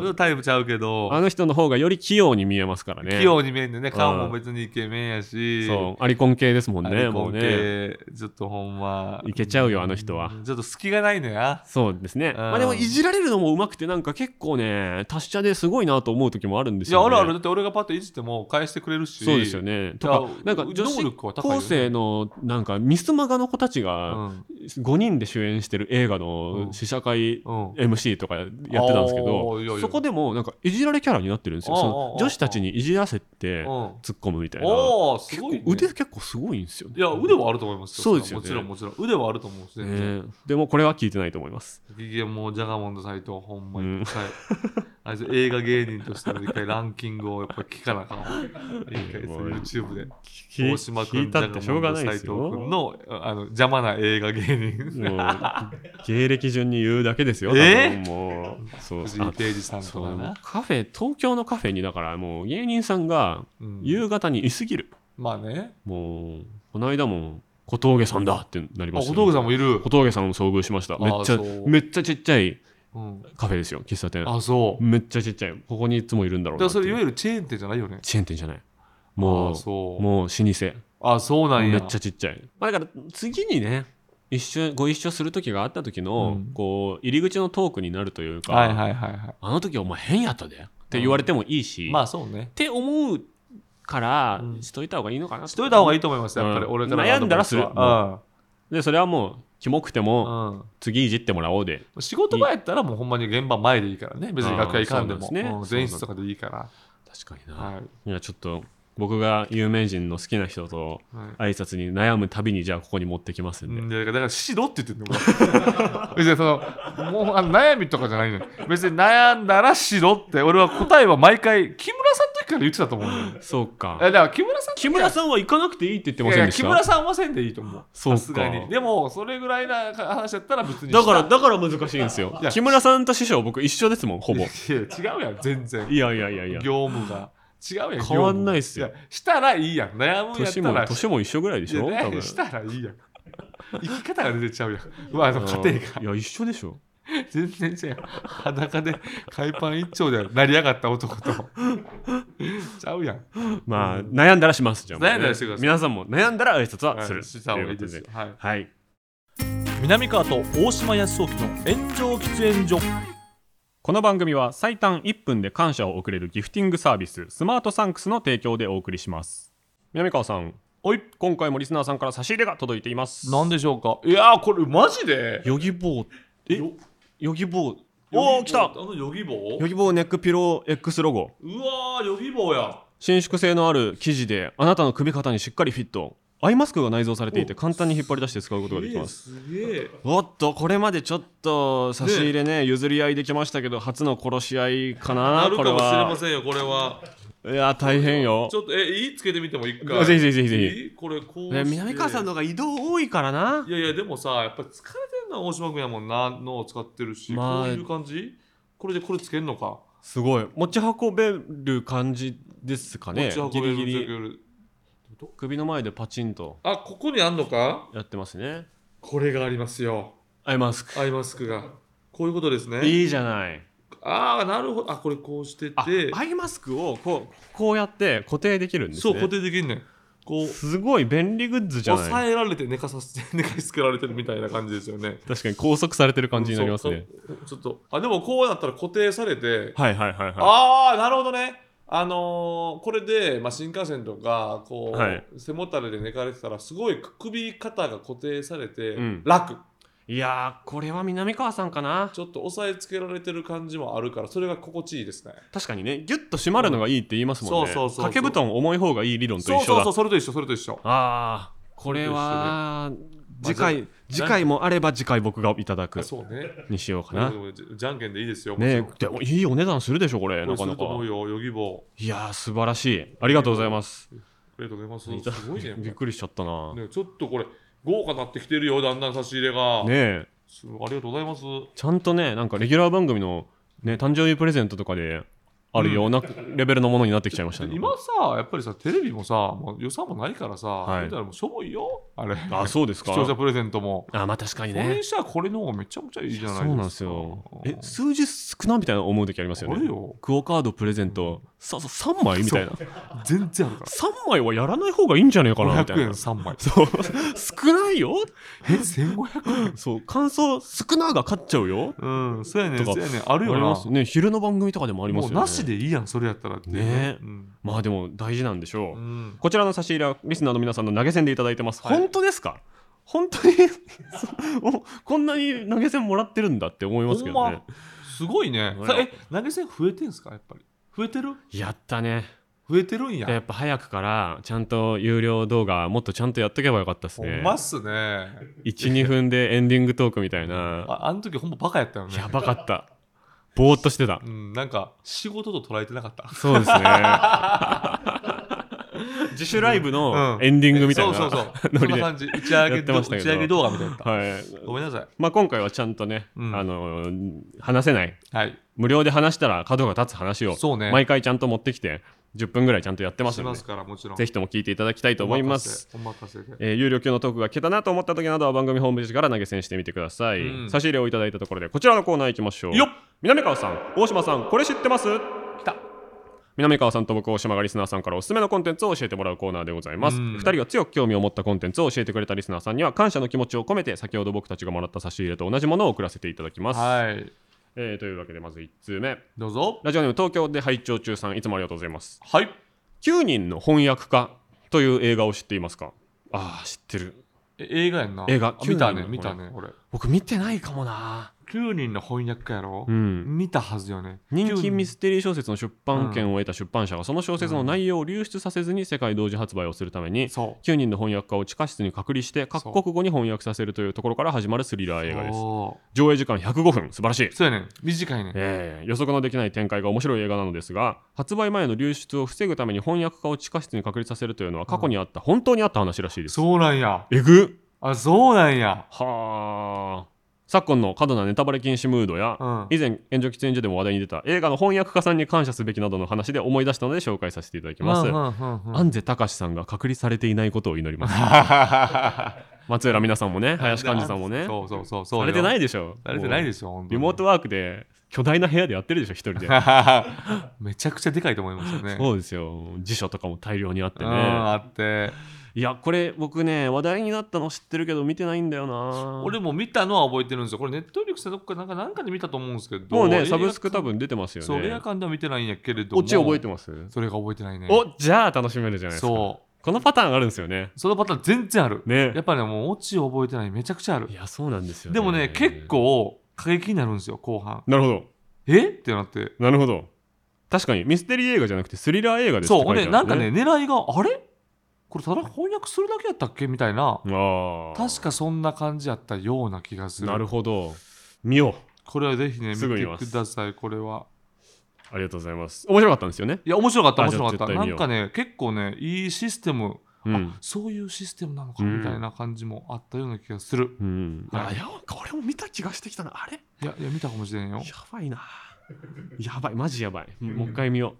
Speaker 1: ん、
Speaker 2: タイプちゃうけど
Speaker 1: あの人の方がより器用に見えますからね
Speaker 2: 器用に見えんねんね顔も別にイケメンやし、
Speaker 1: そうアリコン系ですもん
Speaker 2: ア
Speaker 1: ね
Speaker 2: リ
Speaker 1: も
Speaker 2: コ
Speaker 1: う
Speaker 2: ン
Speaker 1: ね
Speaker 2: 系ちょっとほんま
Speaker 1: いけちゃうよあの人は
Speaker 2: うんちょっと隙がないのや
Speaker 1: そうですね、
Speaker 2: ん
Speaker 1: まあでもいじられるのもうまくてなんか結構ね達者ですごいなと思う時もあるんで
Speaker 2: い
Speaker 1: す
Speaker 2: や
Speaker 1: よ、
Speaker 2: あ
Speaker 1: ね、
Speaker 2: るあるだって俺がパッといじっても返してくれるし
Speaker 1: そうですよねとか
Speaker 2: いや
Speaker 1: なんか女
Speaker 2: 能
Speaker 1: 子
Speaker 2: 力は高いよね
Speaker 1: 高生のなんかミスマガの子たち
Speaker 2: う
Speaker 1: が
Speaker 2: ん
Speaker 1: 5人で主演してる映画
Speaker 2: う
Speaker 1: の
Speaker 2: ん
Speaker 1: 試写会
Speaker 2: うん
Speaker 1: MC とかやってたんですけ
Speaker 2: あーいやい
Speaker 1: ど
Speaker 2: や
Speaker 1: そこでもなんかいじられキャラになってるんですよそ
Speaker 2: あーあー
Speaker 1: の
Speaker 2: あー
Speaker 1: 女子たちにいじらせて
Speaker 2: うん
Speaker 1: 突っ込むみたいな
Speaker 2: おーす
Speaker 1: 結
Speaker 2: ご
Speaker 1: 構
Speaker 2: い、ね、
Speaker 1: 腕結構すごいんですよね
Speaker 2: いや腕はあると思いますよ
Speaker 1: そうですよね
Speaker 2: もちろんもちろん腕はあると思うし、
Speaker 1: ねでもこれは聞いてないと思います
Speaker 2: いやもうジャガモンの斎藤ほんま
Speaker 1: うん
Speaker 2: に一回、あいつ映画芸人としての一回ランキングをやっぱ聞かなあかんわ一回
Speaker 1: も
Speaker 2: そう
Speaker 1: う
Speaker 2: YouTube で
Speaker 1: 聞
Speaker 2: 大島君
Speaker 1: 聞いたってしょうがないです
Speaker 2: ジャガモン
Speaker 1: よ
Speaker 2: の斎藤君のあの邪魔な映画芸
Speaker 1: も
Speaker 2: 人
Speaker 1: う芸歴順に言うだけですよ。多
Speaker 2: え
Speaker 1: 分もうそう
Speaker 2: 藤井
Speaker 1: あ
Speaker 2: 啓治さんと
Speaker 1: そ
Speaker 2: か
Speaker 1: う
Speaker 2: な、
Speaker 1: カフェ東京のカフェにだからもう芸人さんが
Speaker 2: うん
Speaker 1: 夕方にいすぎる、
Speaker 2: まあね
Speaker 1: もうこの間も小峠さんだってなり
Speaker 2: あ
Speaker 1: ました
Speaker 2: 小
Speaker 1: ね、
Speaker 2: 峠さんもいる
Speaker 1: 小、峠さんも遭遇しました
Speaker 2: あ
Speaker 1: めっちゃ
Speaker 2: そう
Speaker 1: めっちゃちっちゃい
Speaker 2: うん、
Speaker 1: カフェですよ喫茶店
Speaker 2: あそう
Speaker 1: めっちゃちっちゃいここにいつもいるんだろ
Speaker 2: だ
Speaker 1: う
Speaker 2: か
Speaker 1: な
Speaker 2: ら
Speaker 1: って
Speaker 2: それいわ
Speaker 1: いう
Speaker 2: ゆるチェーン店じゃないよね
Speaker 1: チェーン店じゃない
Speaker 2: あ
Speaker 1: も
Speaker 2: あ
Speaker 1: う
Speaker 2: そう
Speaker 1: もう老舗
Speaker 2: あそうなんや
Speaker 1: めっちゃちっちゃい、まあ、だから次にね一緒ご一緒する時があった時の、
Speaker 2: うん
Speaker 1: こう入り口のトークになるというか、
Speaker 2: はいはいはいは
Speaker 1: あの時お前変やったでって言われてもいいし、
Speaker 2: いまあそうね
Speaker 1: って思うから
Speaker 2: うん
Speaker 1: しといた方がいいのかな
Speaker 2: しといた方が
Speaker 1: い
Speaker 2: いいと思いますやっぱり
Speaker 1: うん
Speaker 2: 俺からのアドバイス
Speaker 1: 悩んだら
Speaker 2: は
Speaker 1: でそれはもうキモくて
Speaker 2: う
Speaker 1: も
Speaker 2: んうん
Speaker 1: 次いじってもらおうで
Speaker 2: 仕事場やったらもうほんまに現場前でいいからね別に楽屋行かんで
Speaker 1: あー
Speaker 2: も
Speaker 1: そうなんですね
Speaker 2: うん前室とかでいいから
Speaker 1: 確かにな、
Speaker 2: はい
Speaker 1: い、やちょっと僕が有名人の好きな人と
Speaker 2: はい
Speaker 1: 挨拶に悩むたびにじゃあここに持ってきますんで、
Speaker 2: うんだからだからしろって言ってんの 俺別にそのもうあの悩みとかじゃないのよ別に悩んだらしろって俺は答えは毎回木村さんの時から言ってたと思うんだよね
Speaker 1: そう
Speaker 2: え
Speaker 1: か
Speaker 2: だから木村さんの時
Speaker 1: 木
Speaker 2: は
Speaker 1: 村さんは行かなくていいって言ってま
Speaker 2: い
Speaker 1: せ
Speaker 2: や
Speaker 1: ん
Speaker 2: い
Speaker 1: でし
Speaker 2: や木
Speaker 1: た
Speaker 2: 村さんはせんでいいと思う
Speaker 1: そうか
Speaker 2: さすがにでもそれぐらいな話やったら別に
Speaker 1: だから
Speaker 2: し
Speaker 1: だから難しいんですよ
Speaker 2: いや
Speaker 1: 木村さんと師匠僕一緒ですもんほぼ
Speaker 2: たいや違うやん全然
Speaker 1: いやいやいやいや
Speaker 2: 業務が違うやん
Speaker 1: 変わんないっすよ
Speaker 2: 業務がやしたらいいやん悩むんやった
Speaker 1: 年
Speaker 2: ら
Speaker 1: も年も一緒ぐらいでしょ
Speaker 2: いや
Speaker 1: 多分
Speaker 2: したらいいやん生き方が出てちゃうやんうわあの家庭が
Speaker 1: いや一緒でしょ
Speaker 2: 全然違うやん裸で海パン一丁で成り上がった男とちゃうやん
Speaker 1: まあ、悩んだらしますじゃあもうね
Speaker 2: 悩んだらしてください
Speaker 1: 皆さんも悩んだら挨拶はする、
Speaker 2: はいした方がいいですよ
Speaker 1: とうこ
Speaker 2: はい
Speaker 1: とではい
Speaker 4: 南川と大島康雄の炎上喫煙所
Speaker 1: この番組は最短1分で感謝を送れるギフティングサービススマートサンクスの提供でお送りします南川さん
Speaker 2: おい
Speaker 1: 今回もリスナーさんから差し入れが届いています
Speaker 2: なんでしょうかいやーこれマジで
Speaker 1: ヨギボーえ
Speaker 2: よ
Speaker 1: ヨギボーおお来た
Speaker 2: あのヨギ棒
Speaker 1: ヨギボーネックピロー X ロゴ
Speaker 2: うわーヨギ棒や
Speaker 1: 伸縮性のある生地であなたの首肩にしっかりフィットアイマスクが内蔵されていて簡単に引っ張り出して使うことができます
Speaker 2: すげえ
Speaker 1: おっとこれまでちょっと差し入れね譲り合いできましたけど初の殺し合いかな
Speaker 2: なるかもしれま
Speaker 1: こ
Speaker 2: せんよこれは
Speaker 1: れはいや大変よ
Speaker 2: ちょっとえいいつけてみても一回
Speaker 1: ぜひぜひぜひぜひ
Speaker 2: いいこれこう
Speaker 1: ね
Speaker 2: して
Speaker 1: 南川さんの方が移動多いからない
Speaker 2: やいやでもさやっぱ疲れてるのは大島君やもんな脳を使ってるし、
Speaker 1: まあ
Speaker 2: こういう感じこれでこれつけんのか、
Speaker 1: すごい持ち運べる感じですかね
Speaker 2: 持ち
Speaker 1: ギリ
Speaker 2: 運べる
Speaker 1: ギ
Speaker 2: 持ち
Speaker 1: リ
Speaker 2: 運べる
Speaker 1: 首の前でパチンと
Speaker 2: あここにあんのか
Speaker 1: やってますね
Speaker 2: これがありますよ
Speaker 1: アイマスク
Speaker 2: アイマスクがこういうことですね
Speaker 1: いいじゃない
Speaker 2: ああなるほどあこれこうして
Speaker 1: あ
Speaker 2: て
Speaker 1: アイマスクをこうこうやって固定できるんですね
Speaker 2: そう固定できんねんこう
Speaker 1: すごい便利グッズじゃ
Speaker 2: 抑
Speaker 1: ない
Speaker 2: えられて寝かさせて 寝かしつけられてるみたいな感じですよね
Speaker 1: 確かに拘束されてる感じになりますね
Speaker 2: そうそうちょっとあでもこうなったら固定されて
Speaker 1: はいはいはいはい
Speaker 2: ああなるほどねあのーこれで、まあ、新幹線とかこう、
Speaker 1: はい
Speaker 2: 背もたれで寝かれてたらすごい首肩が固定されて、
Speaker 1: うん
Speaker 2: 楽
Speaker 1: いやーこれは南川さんかな
Speaker 2: ちょっと押さえつけられてる感じもあるからそれが心地いいですね
Speaker 1: 確かにねギュッと締まるのがいいって言いますもんね
Speaker 2: そうそうそうそう
Speaker 1: 掛け布団重い方がいい理論と一緒
Speaker 2: そ
Speaker 1: だ
Speaker 2: うそうそうそれと一緒それと一緒
Speaker 1: ああこれは次
Speaker 2: ま
Speaker 1: 回次回もあれば次回僕がいただく
Speaker 2: あそうね
Speaker 1: にしようかな
Speaker 2: でもじじゃんけんでいいですよ
Speaker 1: ね
Speaker 2: もち
Speaker 1: でもいいお値段するでしょこれ
Speaker 2: ろん
Speaker 1: な
Speaker 2: こ
Speaker 1: かな
Speaker 2: れする
Speaker 1: か
Speaker 2: と思うよヨギボー
Speaker 1: いやー素晴らしいありがとうございます
Speaker 2: ありがとうございます
Speaker 1: いた
Speaker 2: すごいね
Speaker 1: びっくりしちゃったな
Speaker 2: ねちょっとこれ豪華なってきてるよだんだん差し入れが、
Speaker 1: ねえ
Speaker 2: すありがとうございます
Speaker 1: ちゃんとねなんかレギュラー番組の、ね、誕生日プレゼントとかであるようなレベルのものになってきちゃいましたね、
Speaker 2: 今さやっぱりさテレビもさもう予算もないからさ、
Speaker 1: はい
Speaker 2: 見たらもうしょぼいよあれ
Speaker 1: あそうです
Speaker 2: 視
Speaker 1: か
Speaker 2: 聴者プレゼントも、
Speaker 1: あまあ確かに
Speaker 2: これ
Speaker 1: ね
Speaker 2: にしたらこれの方がめちゃくちゃいいじゃないです
Speaker 1: そ
Speaker 2: か
Speaker 1: うなんですよえ数字少なみたいな思う時ありますよ
Speaker 2: ある
Speaker 1: ね
Speaker 2: よ
Speaker 1: クオカードプレゼントささ3枚みたいな
Speaker 2: 全然あるか
Speaker 1: 3枚はやらない方がいいんじゃねえからなみたい
Speaker 2: 500円
Speaker 1: な
Speaker 2: 3枚
Speaker 1: そう少ないよ
Speaker 2: え1500円
Speaker 1: そう感想少なが勝っちゃうよ
Speaker 2: うんそうやねん
Speaker 1: とか
Speaker 2: そうやねんあるよ
Speaker 1: あり
Speaker 2: な
Speaker 1: ますね昼の番組とかでもあります
Speaker 2: も
Speaker 1: よ
Speaker 2: う
Speaker 1: ね
Speaker 2: なしでいいやんそれやったらっていう
Speaker 1: ねえ
Speaker 2: うん
Speaker 1: まあでも大事なんでしょう、
Speaker 2: うん
Speaker 1: こちらの差し入れはリスナーの皆さんの投げ銭でいただいてます。
Speaker 2: はい
Speaker 1: 本当ですか本当に そうおこんなに投げ銭もらってるんだって思いますけど
Speaker 2: ほん
Speaker 1: ね
Speaker 2: ま。すごいね
Speaker 1: ほ
Speaker 2: さ
Speaker 1: ら
Speaker 2: え投げ銭増えてんすかやっぱり増えてる
Speaker 1: やったね。
Speaker 2: 増えてるんや
Speaker 1: やっぱ早くからちゃんと有料動画もっとちゃんとやっとけばよかったです
Speaker 2: ほ
Speaker 1: ね
Speaker 2: ん。まっすね
Speaker 1: 1、2分でエンディングトークみたい な。
Speaker 2: ああの時ほんまバカやったよね
Speaker 1: やばかった。ぼーっとしてた
Speaker 2: う。んなんか仕事と捉えてなかった
Speaker 1: そう ですね。自主ライブの
Speaker 2: うん
Speaker 1: エンディングみたいな。
Speaker 2: そうそうそ う
Speaker 1: ノ
Speaker 2: そ
Speaker 1: リ
Speaker 2: んな
Speaker 1: で
Speaker 2: 感じ打ち上
Speaker 1: や
Speaker 2: げ
Speaker 1: って
Speaker 2: ど
Speaker 1: ま
Speaker 2: 打
Speaker 1: したけど
Speaker 2: ち上げ動画みたいな
Speaker 1: はい。
Speaker 2: ごめんなさい
Speaker 1: まあ今回はちゃんとね、
Speaker 2: うん
Speaker 1: あの話せない
Speaker 2: はい
Speaker 1: 無料で話したら角が立つ話を
Speaker 2: そうね
Speaker 1: 毎回ちゃんと持ってきて10分ぐらいちゃんとやってます
Speaker 2: し
Speaker 1: の
Speaker 2: ま
Speaker 1: です
Speaker 2: からもちろん
Speaker 1: ぜ
Speaker 2: ひ
Speaker 1: ひとも聞いていただきたいと思います。
Speaker 2: お任せで
Speaker 1: えー有料級のトークが聞けたなと思った時などは番組ホームページから投げ銭してみてください、
Speaker 2: うん
Speaker 1: 差し入れをいただいたところでこちらのコーナー行きましょう
Speaker 2: よっ
Speaker 1: 南川さん大島さんこれ知ってます
Speaker 2: 来た
Speaker 1: 南川さんと僕大島がリスナーさんからおすすめのコンテンツを教えてもらうコーナーでございます、
Speaker 2: う
Speaker 1: 二
Speaker 2: ん
Speaker 1: 人が強く興味を持ったコンテンツを教えてくれたリスナーさんには感謝の気持ちを込めて先ほど僕たちがもらった差し入れと同じものを送らせていただきます、
Speaker 2: はい
Speaker 1: えーというわけでまず1通目
Speaker 2: どうぞ
Speaker 1: ラジオネーム東京で拝聴中さんいつもありがとうございます
Speaker 2: はい
Speaker 1: 9人の翻訳家という映画を知っていますかああ知ってる
Speaker 2: え映画やんな
Speaker 1: 映画
Speaker 2: あ見た
Speaker 1: 9
Speaker 2: ね
Speaker 1: 人
Speaker 2: 見たね俺
Speaker 1: 僕見てないかもな
Speaker 2: 9人の翻訳家やろ
Speaker 1: うん
Speaker 2: 見たはずよね
Speaker 1: 人気ミ
Speaker 2: ス
Speaker 1: ステリー小説の出版権を得た出版社がその小説の内容を流出させずに世界同時発売をするために
Speaker 2: そう
Speaker 1: 9人の翻訳家を地下室に隔離して各国語に翻訳させるというところから始まるスリラー映画です
Speaker 2: そ
Speaker 1: 上映時間105分素晴らしいう
Speaker 2: そうやねん短いねん
Speaker 1: ええ予測のできない展開が面白い映画なのですが発売前の流出を防ぐために翻訳家を地下室に隔離させるというのは過去にあった、本当にあった話らしいです
Speaker 2: そうなんや
Speaker 1: えぐ
Speaker 2: あそうなんや
Speaker 1: はあ昨今の過度なネタバレ禁止ムードや、
Speaker 2: うん
Speaker 1: 以前炎上喫煙所でも話題に出た映画の翻訳家さんに感謝すべきなどの話で思い出したので紹介させていただきます、
Speaker 2: うんうんうんうん
Speaker 1: 安瀬隆さんが隔離されていないことを祈ります松浦皆さんもね林幹事さんもね
Speaker 2: そうそうそうそう
Speaker 1: されてないいでしょ
Speaker 2: されてない
Speaker 1: も
Speaker 2: ですよ
Speaker 1: うリモートワークで巨大な部屋でやってるでしょ一人で
Speaker 2: めちゃくちゃでかいと思いますよね
Speaker 1: そうですよ辞書とかも大量にあって
Speaker 2: うん
Speaker 1: ね
Speaker 2: あって
Speaker 1: いやこれ僕ね話題になったの知ってるけど見てないんだよな
Speaker 2: 俺も見たのは覚えてるんですよこれネットフリックスでどっかなんかなんかで見たと思うんですけど
Speaker 1: もう
Speaker 2: 映
Speaker 1: ね
Speaker 2: 画
Speaker 1: サブスク多分出てますよ
Speaker 2: そう映画
Speaker 1: ね
Speaker 2: 館では見てないんやけれども
Speaker 1: オチ覚えてます
Speaker 2: それが覚えてないね
Speaker 1: おじゃあ楽しめるじゃないですか
Speaker 2: そ
Speaker 1: このパターンあるんですよね
Speaker 2: うそのパターン全然ある
Speaker 1: ね
Speaker 2: やっぱねもうオチ覚えてないめちゃくちゃある
Speaker 1: いやそうなんですよ
Speaker 2: でもね結構過激になるんですよ後半
Speaker 1: なるほど
Speaker 2: えってなって
Speaker 1: なるほど確かにミステリー映画じゃなくてスリラー映画ですっ
Speaker 2: そう
Speaker 1: て書い
Speaker 2: ほ
Speaker 1: て
Speaker 2: ん
Speaker 1: あ
Speaker 2: で
Speaker 1: る
Speaker 2: なんかね狙いがあれこれただ翻訳するだけやったっけみたいな
Speaker 1: ああ
Speaker 2: 確かそんな感じやったような気がする
Speaker 1: なるほど見よう
Speaker 2: これはぜひね見
Speaker 1: すぐ見ま
Speaker 2: て
Speaker 1: す
Speaker 2: くださいこれは
Speaker 1: ありがとうございます面白かったんですよね
Speaker 2: いや面白かった
Speaker 1: あ
Speaker 2: 面
Speaker 1: じゃあ
Speaker 2: 白かった
Speaker 1: 絶
Speaker 2: な
Speaker 1: 対見よ
Speaker 2: ん
Speaker 1: う
Speaker 2: かね結構ねいいシステム
Speaker 1: うん
Speaker 2: そういうシステムなのか
Speaker 1: うん
Speaker 2: みたいな感じもあったような気がする。
Speaker 1: うん、
Speaker 2: はい
Speaker 1: あいやこれも見た気がしてきたなあれ
Speaker 2: いや、いや見たかもしれんよ
Speaker 1: や。ばいなやばいマジやばいもう一回見よ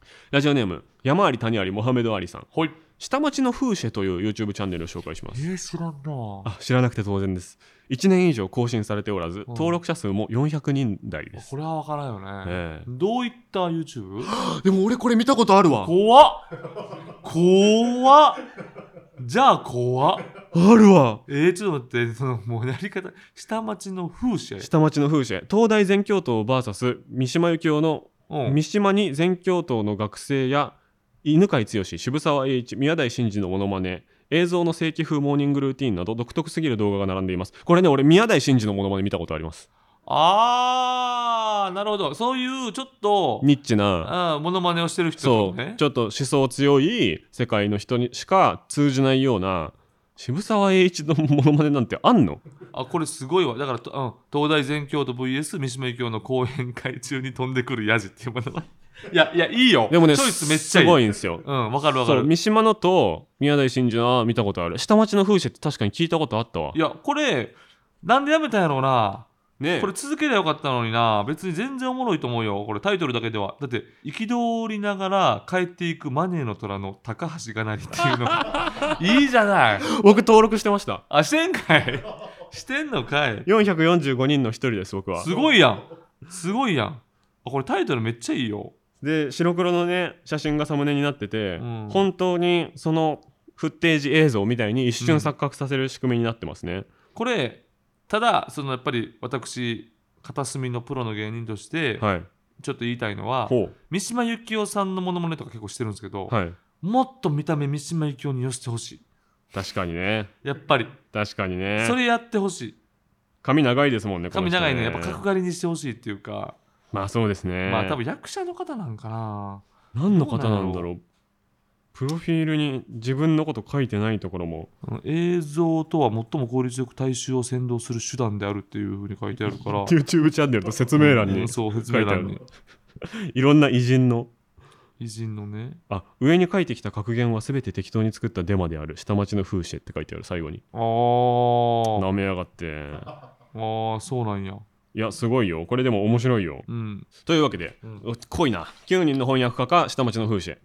Speaker 1: うラジオネーム山あり谷ありモハメド・アリさん
Speaker 2: ほい。
Speaker 1: 下町の風車という YouTube チャンネルを紹介しま
Speaker 2: え
Speaker 1: す
Speaker 2: ー、知らんな。
Speaker 1: あ知らなくて当然です1年以上更新されておらず登録者数も400人台です
Speaker 2: これは分からんよね。
Speaker 1: ええ
Speaker 2: どういった YouTube?
Speaker 1: でも俺これ見たことあるわ
Speaker 2: 怖っ怖っじゃあ怖っ
Speaker 1: あるわ
Speaker 2: えー、ちょっと待って、そのもうやり方、下町の風車や
Speaker 1: 下町の風車東大全教頭 VS 三島由紀夫の
Speaker 2: うん
Speaker 1: 三島に全教頭の学生や犬飼剛渋沢栄一宮台真司のモノマネ映像の正規風モーニングルーティンなど独特すぎる動画が並んでいますこれね俺宮台真司のモノマネ見たことあります
Speaker 2: あー、なるほど。そういうちょっと、
Speaker 1: ニッチな
Speaker 2: あーモノマネをしてる人
Speaker 1: そ
Speaker 2: と
Speaker 1: う、
Speaker 2: かね
Speaker 1: ち。ょっと思想強い世界の人にしか通じないような渋沢栄一のモノマネなんてあんの
Speaker 2: あこれすごいわだからと、うん、東大全教と VS 三島由紀夫の講演会中に飛んでくるヤジっていうもの いやいやいいよ
Speaker 1: でもね
Speaker 2: チョイスめっちゃい
Speaker 1: す
Speaker 2: い
Speaker 1: ごいんですよ
Speaker 2: うんわかるわか
Speaker 1: そう
Speaker 2: る
Speaker 1: 三島のと宮台真司のは見たことある下町の風車って確かに聞いたことあったわ
Speaker 2: いやこれなんでやめたんやろうな
Speaker 1: ね
Speaker 2: これ続けりゃよかったのにな別に全然おもろいと思うよこれタイトルだけではだって憤りながら帰っていくマネーの虎の高橋がなりっていうの いいじゃない
Speaker 1: 僕登録してました
Speaker 2: あしてんかいしてんのかい
Speaker 1: 445人の一人です僕は
Speaker 2: すごいやんすごいやんあこれタイトルめっちゃいいよ
Speaker 1: で白黒のね写真がサムネになってて、
Speaker 2: うん
Speaker 1: 本当にそのフッテージ映像みたいに一
Speaker 2: うん
Speaker 1: 瞬錯覚させる仕組みになってますね、
Speaker 2: これただそのやっぱり私片隅のプロの芸人として
Speaker 1: はい
Speaker 2: ちょっと言いたいのは、
Speaker 1: ほ
Speaker 2: 三島由紀夫さんのモノマネとか結構してるんですけど、
Speaker 1: うはい
Speaker 2: もっと見た目三島由紀夫に寄せてほし
Speaker 1: 確かにね
Speaker 2: いやっぱり
Speaker 1: 確かにね
Speaker 2: それやってほしい
Speaker 1: 髪長いですもんねこの
Speaker 2: 髪
Speaker 1: 人
Speaker 2: 長いねやっぱ角刈りにしてほしいっていうか、
Speaker 1: まあそうですね
Speaker 2: まあ多分役者の方なんかな
Speaker 1: 何の方なんだろうプロフィールに自分のこと書いてないところも
Speaker 2: うん映像とは最も効率よく大衆を先導する手段であるっていうふうに書いてあるから
Speaker 1: YouTube チャンネルと説明欄
Speaker 2: う
Speaker 1: に
Speaker 2: んそう説明欄
Speaker 1: 書い
Speaker 2: に
Speaker 1: て いろんな偉人の
Speaker 2: 偉人のね
Speaker 1: あ上に書いてきた格言は全て適当に作ったデマである下町の風刺って書いてある最後に
Speaker 2: あー
Speaker 1: 舐めやがって
Speaker 2: あーそうなんや
Speaker 1: いやすごいよこれでも面白いよ
Speaker 2: うん
Speaker 1: というわけで、
Speaker 2: うん
Speaker 1: お濃いな9人の翻訳家か下町の風刺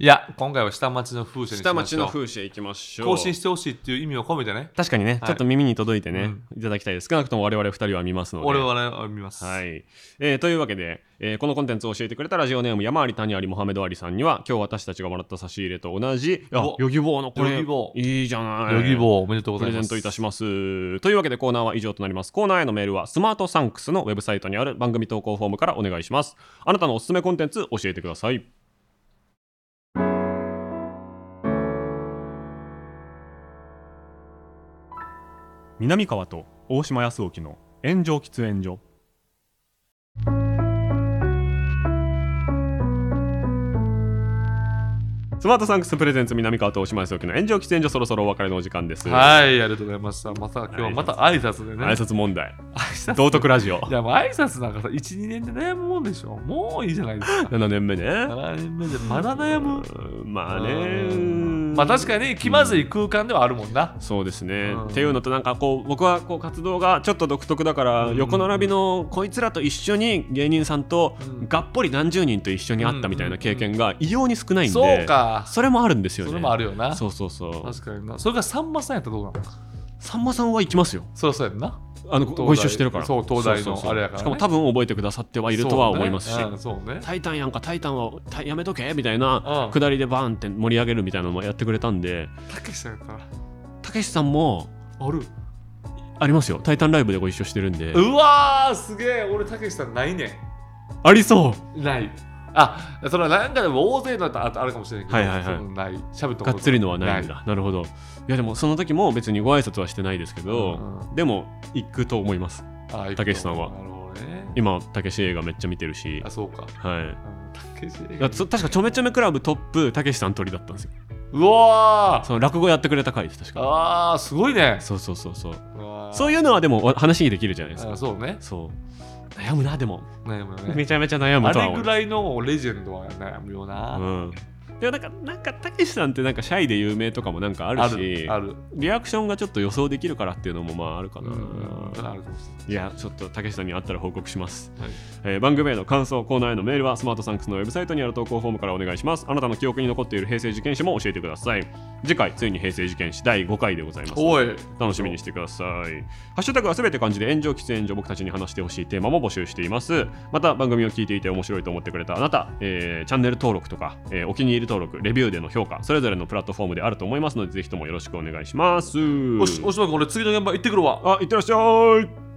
Speaker 2: いや今回は下町の風刺にし
Speaker 1: 下
Speaker 2: ま
Speaker 1: 町
Speaker 2: しょ
Speaker 1: の
Speaker 2: う
Speaker 1: 風刺いきましょう
Speaker 2: 更新してほしいっていう意味を込めてね
Speaker 1: 確かにね、
Speaker 2: はい
Speaker 1: ちょっと耳に届いて
Speaker 2: う
Speaker 1: ね
Speaker 2: ん、
Speaker 1: いただきたいです少なくとも我々2人は見ますので
Speaker 2: 俺は見ます、
Speaker 1: はい、えーというわけで、えーこのコンテンツを教えてくれたラジオネーム山あり谷ありモハメドアリさんには今日私たちがもらった差し入れと同じあ
Speaker 2: お
Speaker 1: ヨギボーのこれ
Speaker 2: ヨギボー
Speaker 1: いいじゃない
Speaker 2: ヨギボーおめでとうご
Speaker 1: プ
Speaker 2: ざ
Speaker 1: レ
Speaker 2: い
Speaker 1: ゼン
Speaker 2: ます
Speaker 1: トいたしますというわけでコーナーは以上となりますコーナーへのメールはスマートサンクスのウェブサイトにある番組投稿フォームからお願いしますあなたのおすすめコンテンツ教えてください南川と大島康沖の炎上喫煙所スマートサンクスプレゼンツ南川と大島康沖の炎上喫煙所そろそろお別れのお時間です
Speaker 2: はい、ありがとうございました。また今日はまた挨拶でね。
Speaker 1: 挨拶問題
Speaker 2: 挨拶
Speaker 1: 道徳ラジ オ。
Speaker 2: いや、もう挨拶なんかさ、1、2年で悩むもんでしょ。もういいじゃないですか
Speaker 1: 7年目ね
Speaker 2: 7年目でまだ悩む。
Speaker 1: うんまあね
Speaker 2: うんまあ確かに気まずい空間ではあるもんな。
Speaker 1: そうですね、
Speaker 2: うん
Speaker 1: っていうのとなんかこう僕はこう活動がちょっと独特だから、
Speaker 2: うん
Speaker 1: 横並びのこいつらと一緒に芸人さんと
Speaker 2: うん
Speaker 1: がっぽり何十人と一緒に会ったみたいな経験が異様に少ないんで、
Speaker 2: そうか。
Speaker 1: それもあるんですよね
Speaker 2: それもあるよな。
Speaker 1: そうそうそう
Speaker 2: 確かにな。それがさんまさんやったらどうなの
Speaker 1: さんまさんは行きますよ
Speaker 2: そりゃそうやんな。
Speaker 1: あのご
Speaker 2: 東大
Speaker 1: ご一緒してるから
Speaker 2: そう東大の
Speaker 1: そうそうそう
Speaker 2: あれやからね
Speaker 1: しかも多分覚えてくださってはいるとは思いますし、
Speaker 2: そうね。うんそうね。
Speaker 1: タイタンやんかタイタンはたやめとけみたい
Speaker 2: うん
Speaker 1: な下りでバーンって盛り上げるみたいなのもやってくれたんで
Speaker 2: たけしさんやったら。
Speaker 1: たけしさんも
Speaker 2: ある。
Speaker 1: ありますよ「タイタンライブ」でご一緒してるんで
Speaker 2: うわー、すげえ。俺、たけしさんないね。
Speaker 1: ありそう
Speaker 2: ない。あ、それはなんかでも大勢のだったらあるかもしれないけど、
Speaker 1: はいはいはい
Speaker 2: そのない。喋ったこと
Speaker 1: がっつりのはないんだなるほどいやでもその時も別にご挨拶はしてないですけど、
Speaker 2: う
Speaker 1: でも行くと思います
Speaker 2: あ
Speaker 1: たけしさんは
Speaker 2: なるほどね。
Speaker 1: 今たけし映画めっちゃ見てるし
Speaker 2: あ、そうか。
Speaker 1: はい
Speaker 2: たけし
Speaker 1: だからそ確かちょめちょめクラブトップたけしさん鳥だったんですよ
Speaker 2: うわー
Speaker 1: その落語やってくれた回です確か
Speaker 2: あー、すごいね。
Speaker 1: そうそうそうそう
Speaker 2: そ
Speaker 1: そうういうのはでもわ話にできるじゃないですか
Speaker 2: あそうね。
Speaker 1: そう悩むなでも
Speaker 2: 悩むよね。
Speaker 1: めちゃめちゃ悩む
Speaker 2: あ
Speaker 1: とは
Speaker 2: れ
Speaker 1: 思う
Speaker 2: ぐらいのレジェンドは悩むよな。
Speaker 1: うんでもなんかなんかたけしさんってなんかシャイで有名とかもなんかあ
Speaker 2: あ
Speaker 1: るし
Speaker 2: る、ある。
Speaker 1: リアクションがちょっと予想できるからっていうのもまああるか
Speaker 2: う
Speaker 1: な、
Speaker 2: ん、あるかもし
Speaker 1: いやちょっとたけしさんに会ったら報告します、
Speaker 2: はい
Speaker 1: えー番組への感想コーナーへのメールはスマートサンクスのウェブサイトにある投稿フォームからお願いしますあなたの記憶に残っている平成受験史も教えてください次回ついに平成受験史第5回でございます
Speaker 2: れない。おい。
Speaker 1: 楽しみにしてください。ハッシュタグはすべて漢字で炎上喫煙所僕たちに話してほしいテーマも募集しています。また番組を聞いていて面白いと思ってくれたあなた、えーチャンネル登録とか、えーお気に入り登録、レビューでの評価、それぞれのプラットフォームであると思いますので、ぜひともよろしくお願いします。
Speaker 2: おし、おしまくん俺次の現場行ってくるわ。
Speaker 1: あ、いってらっしゃい。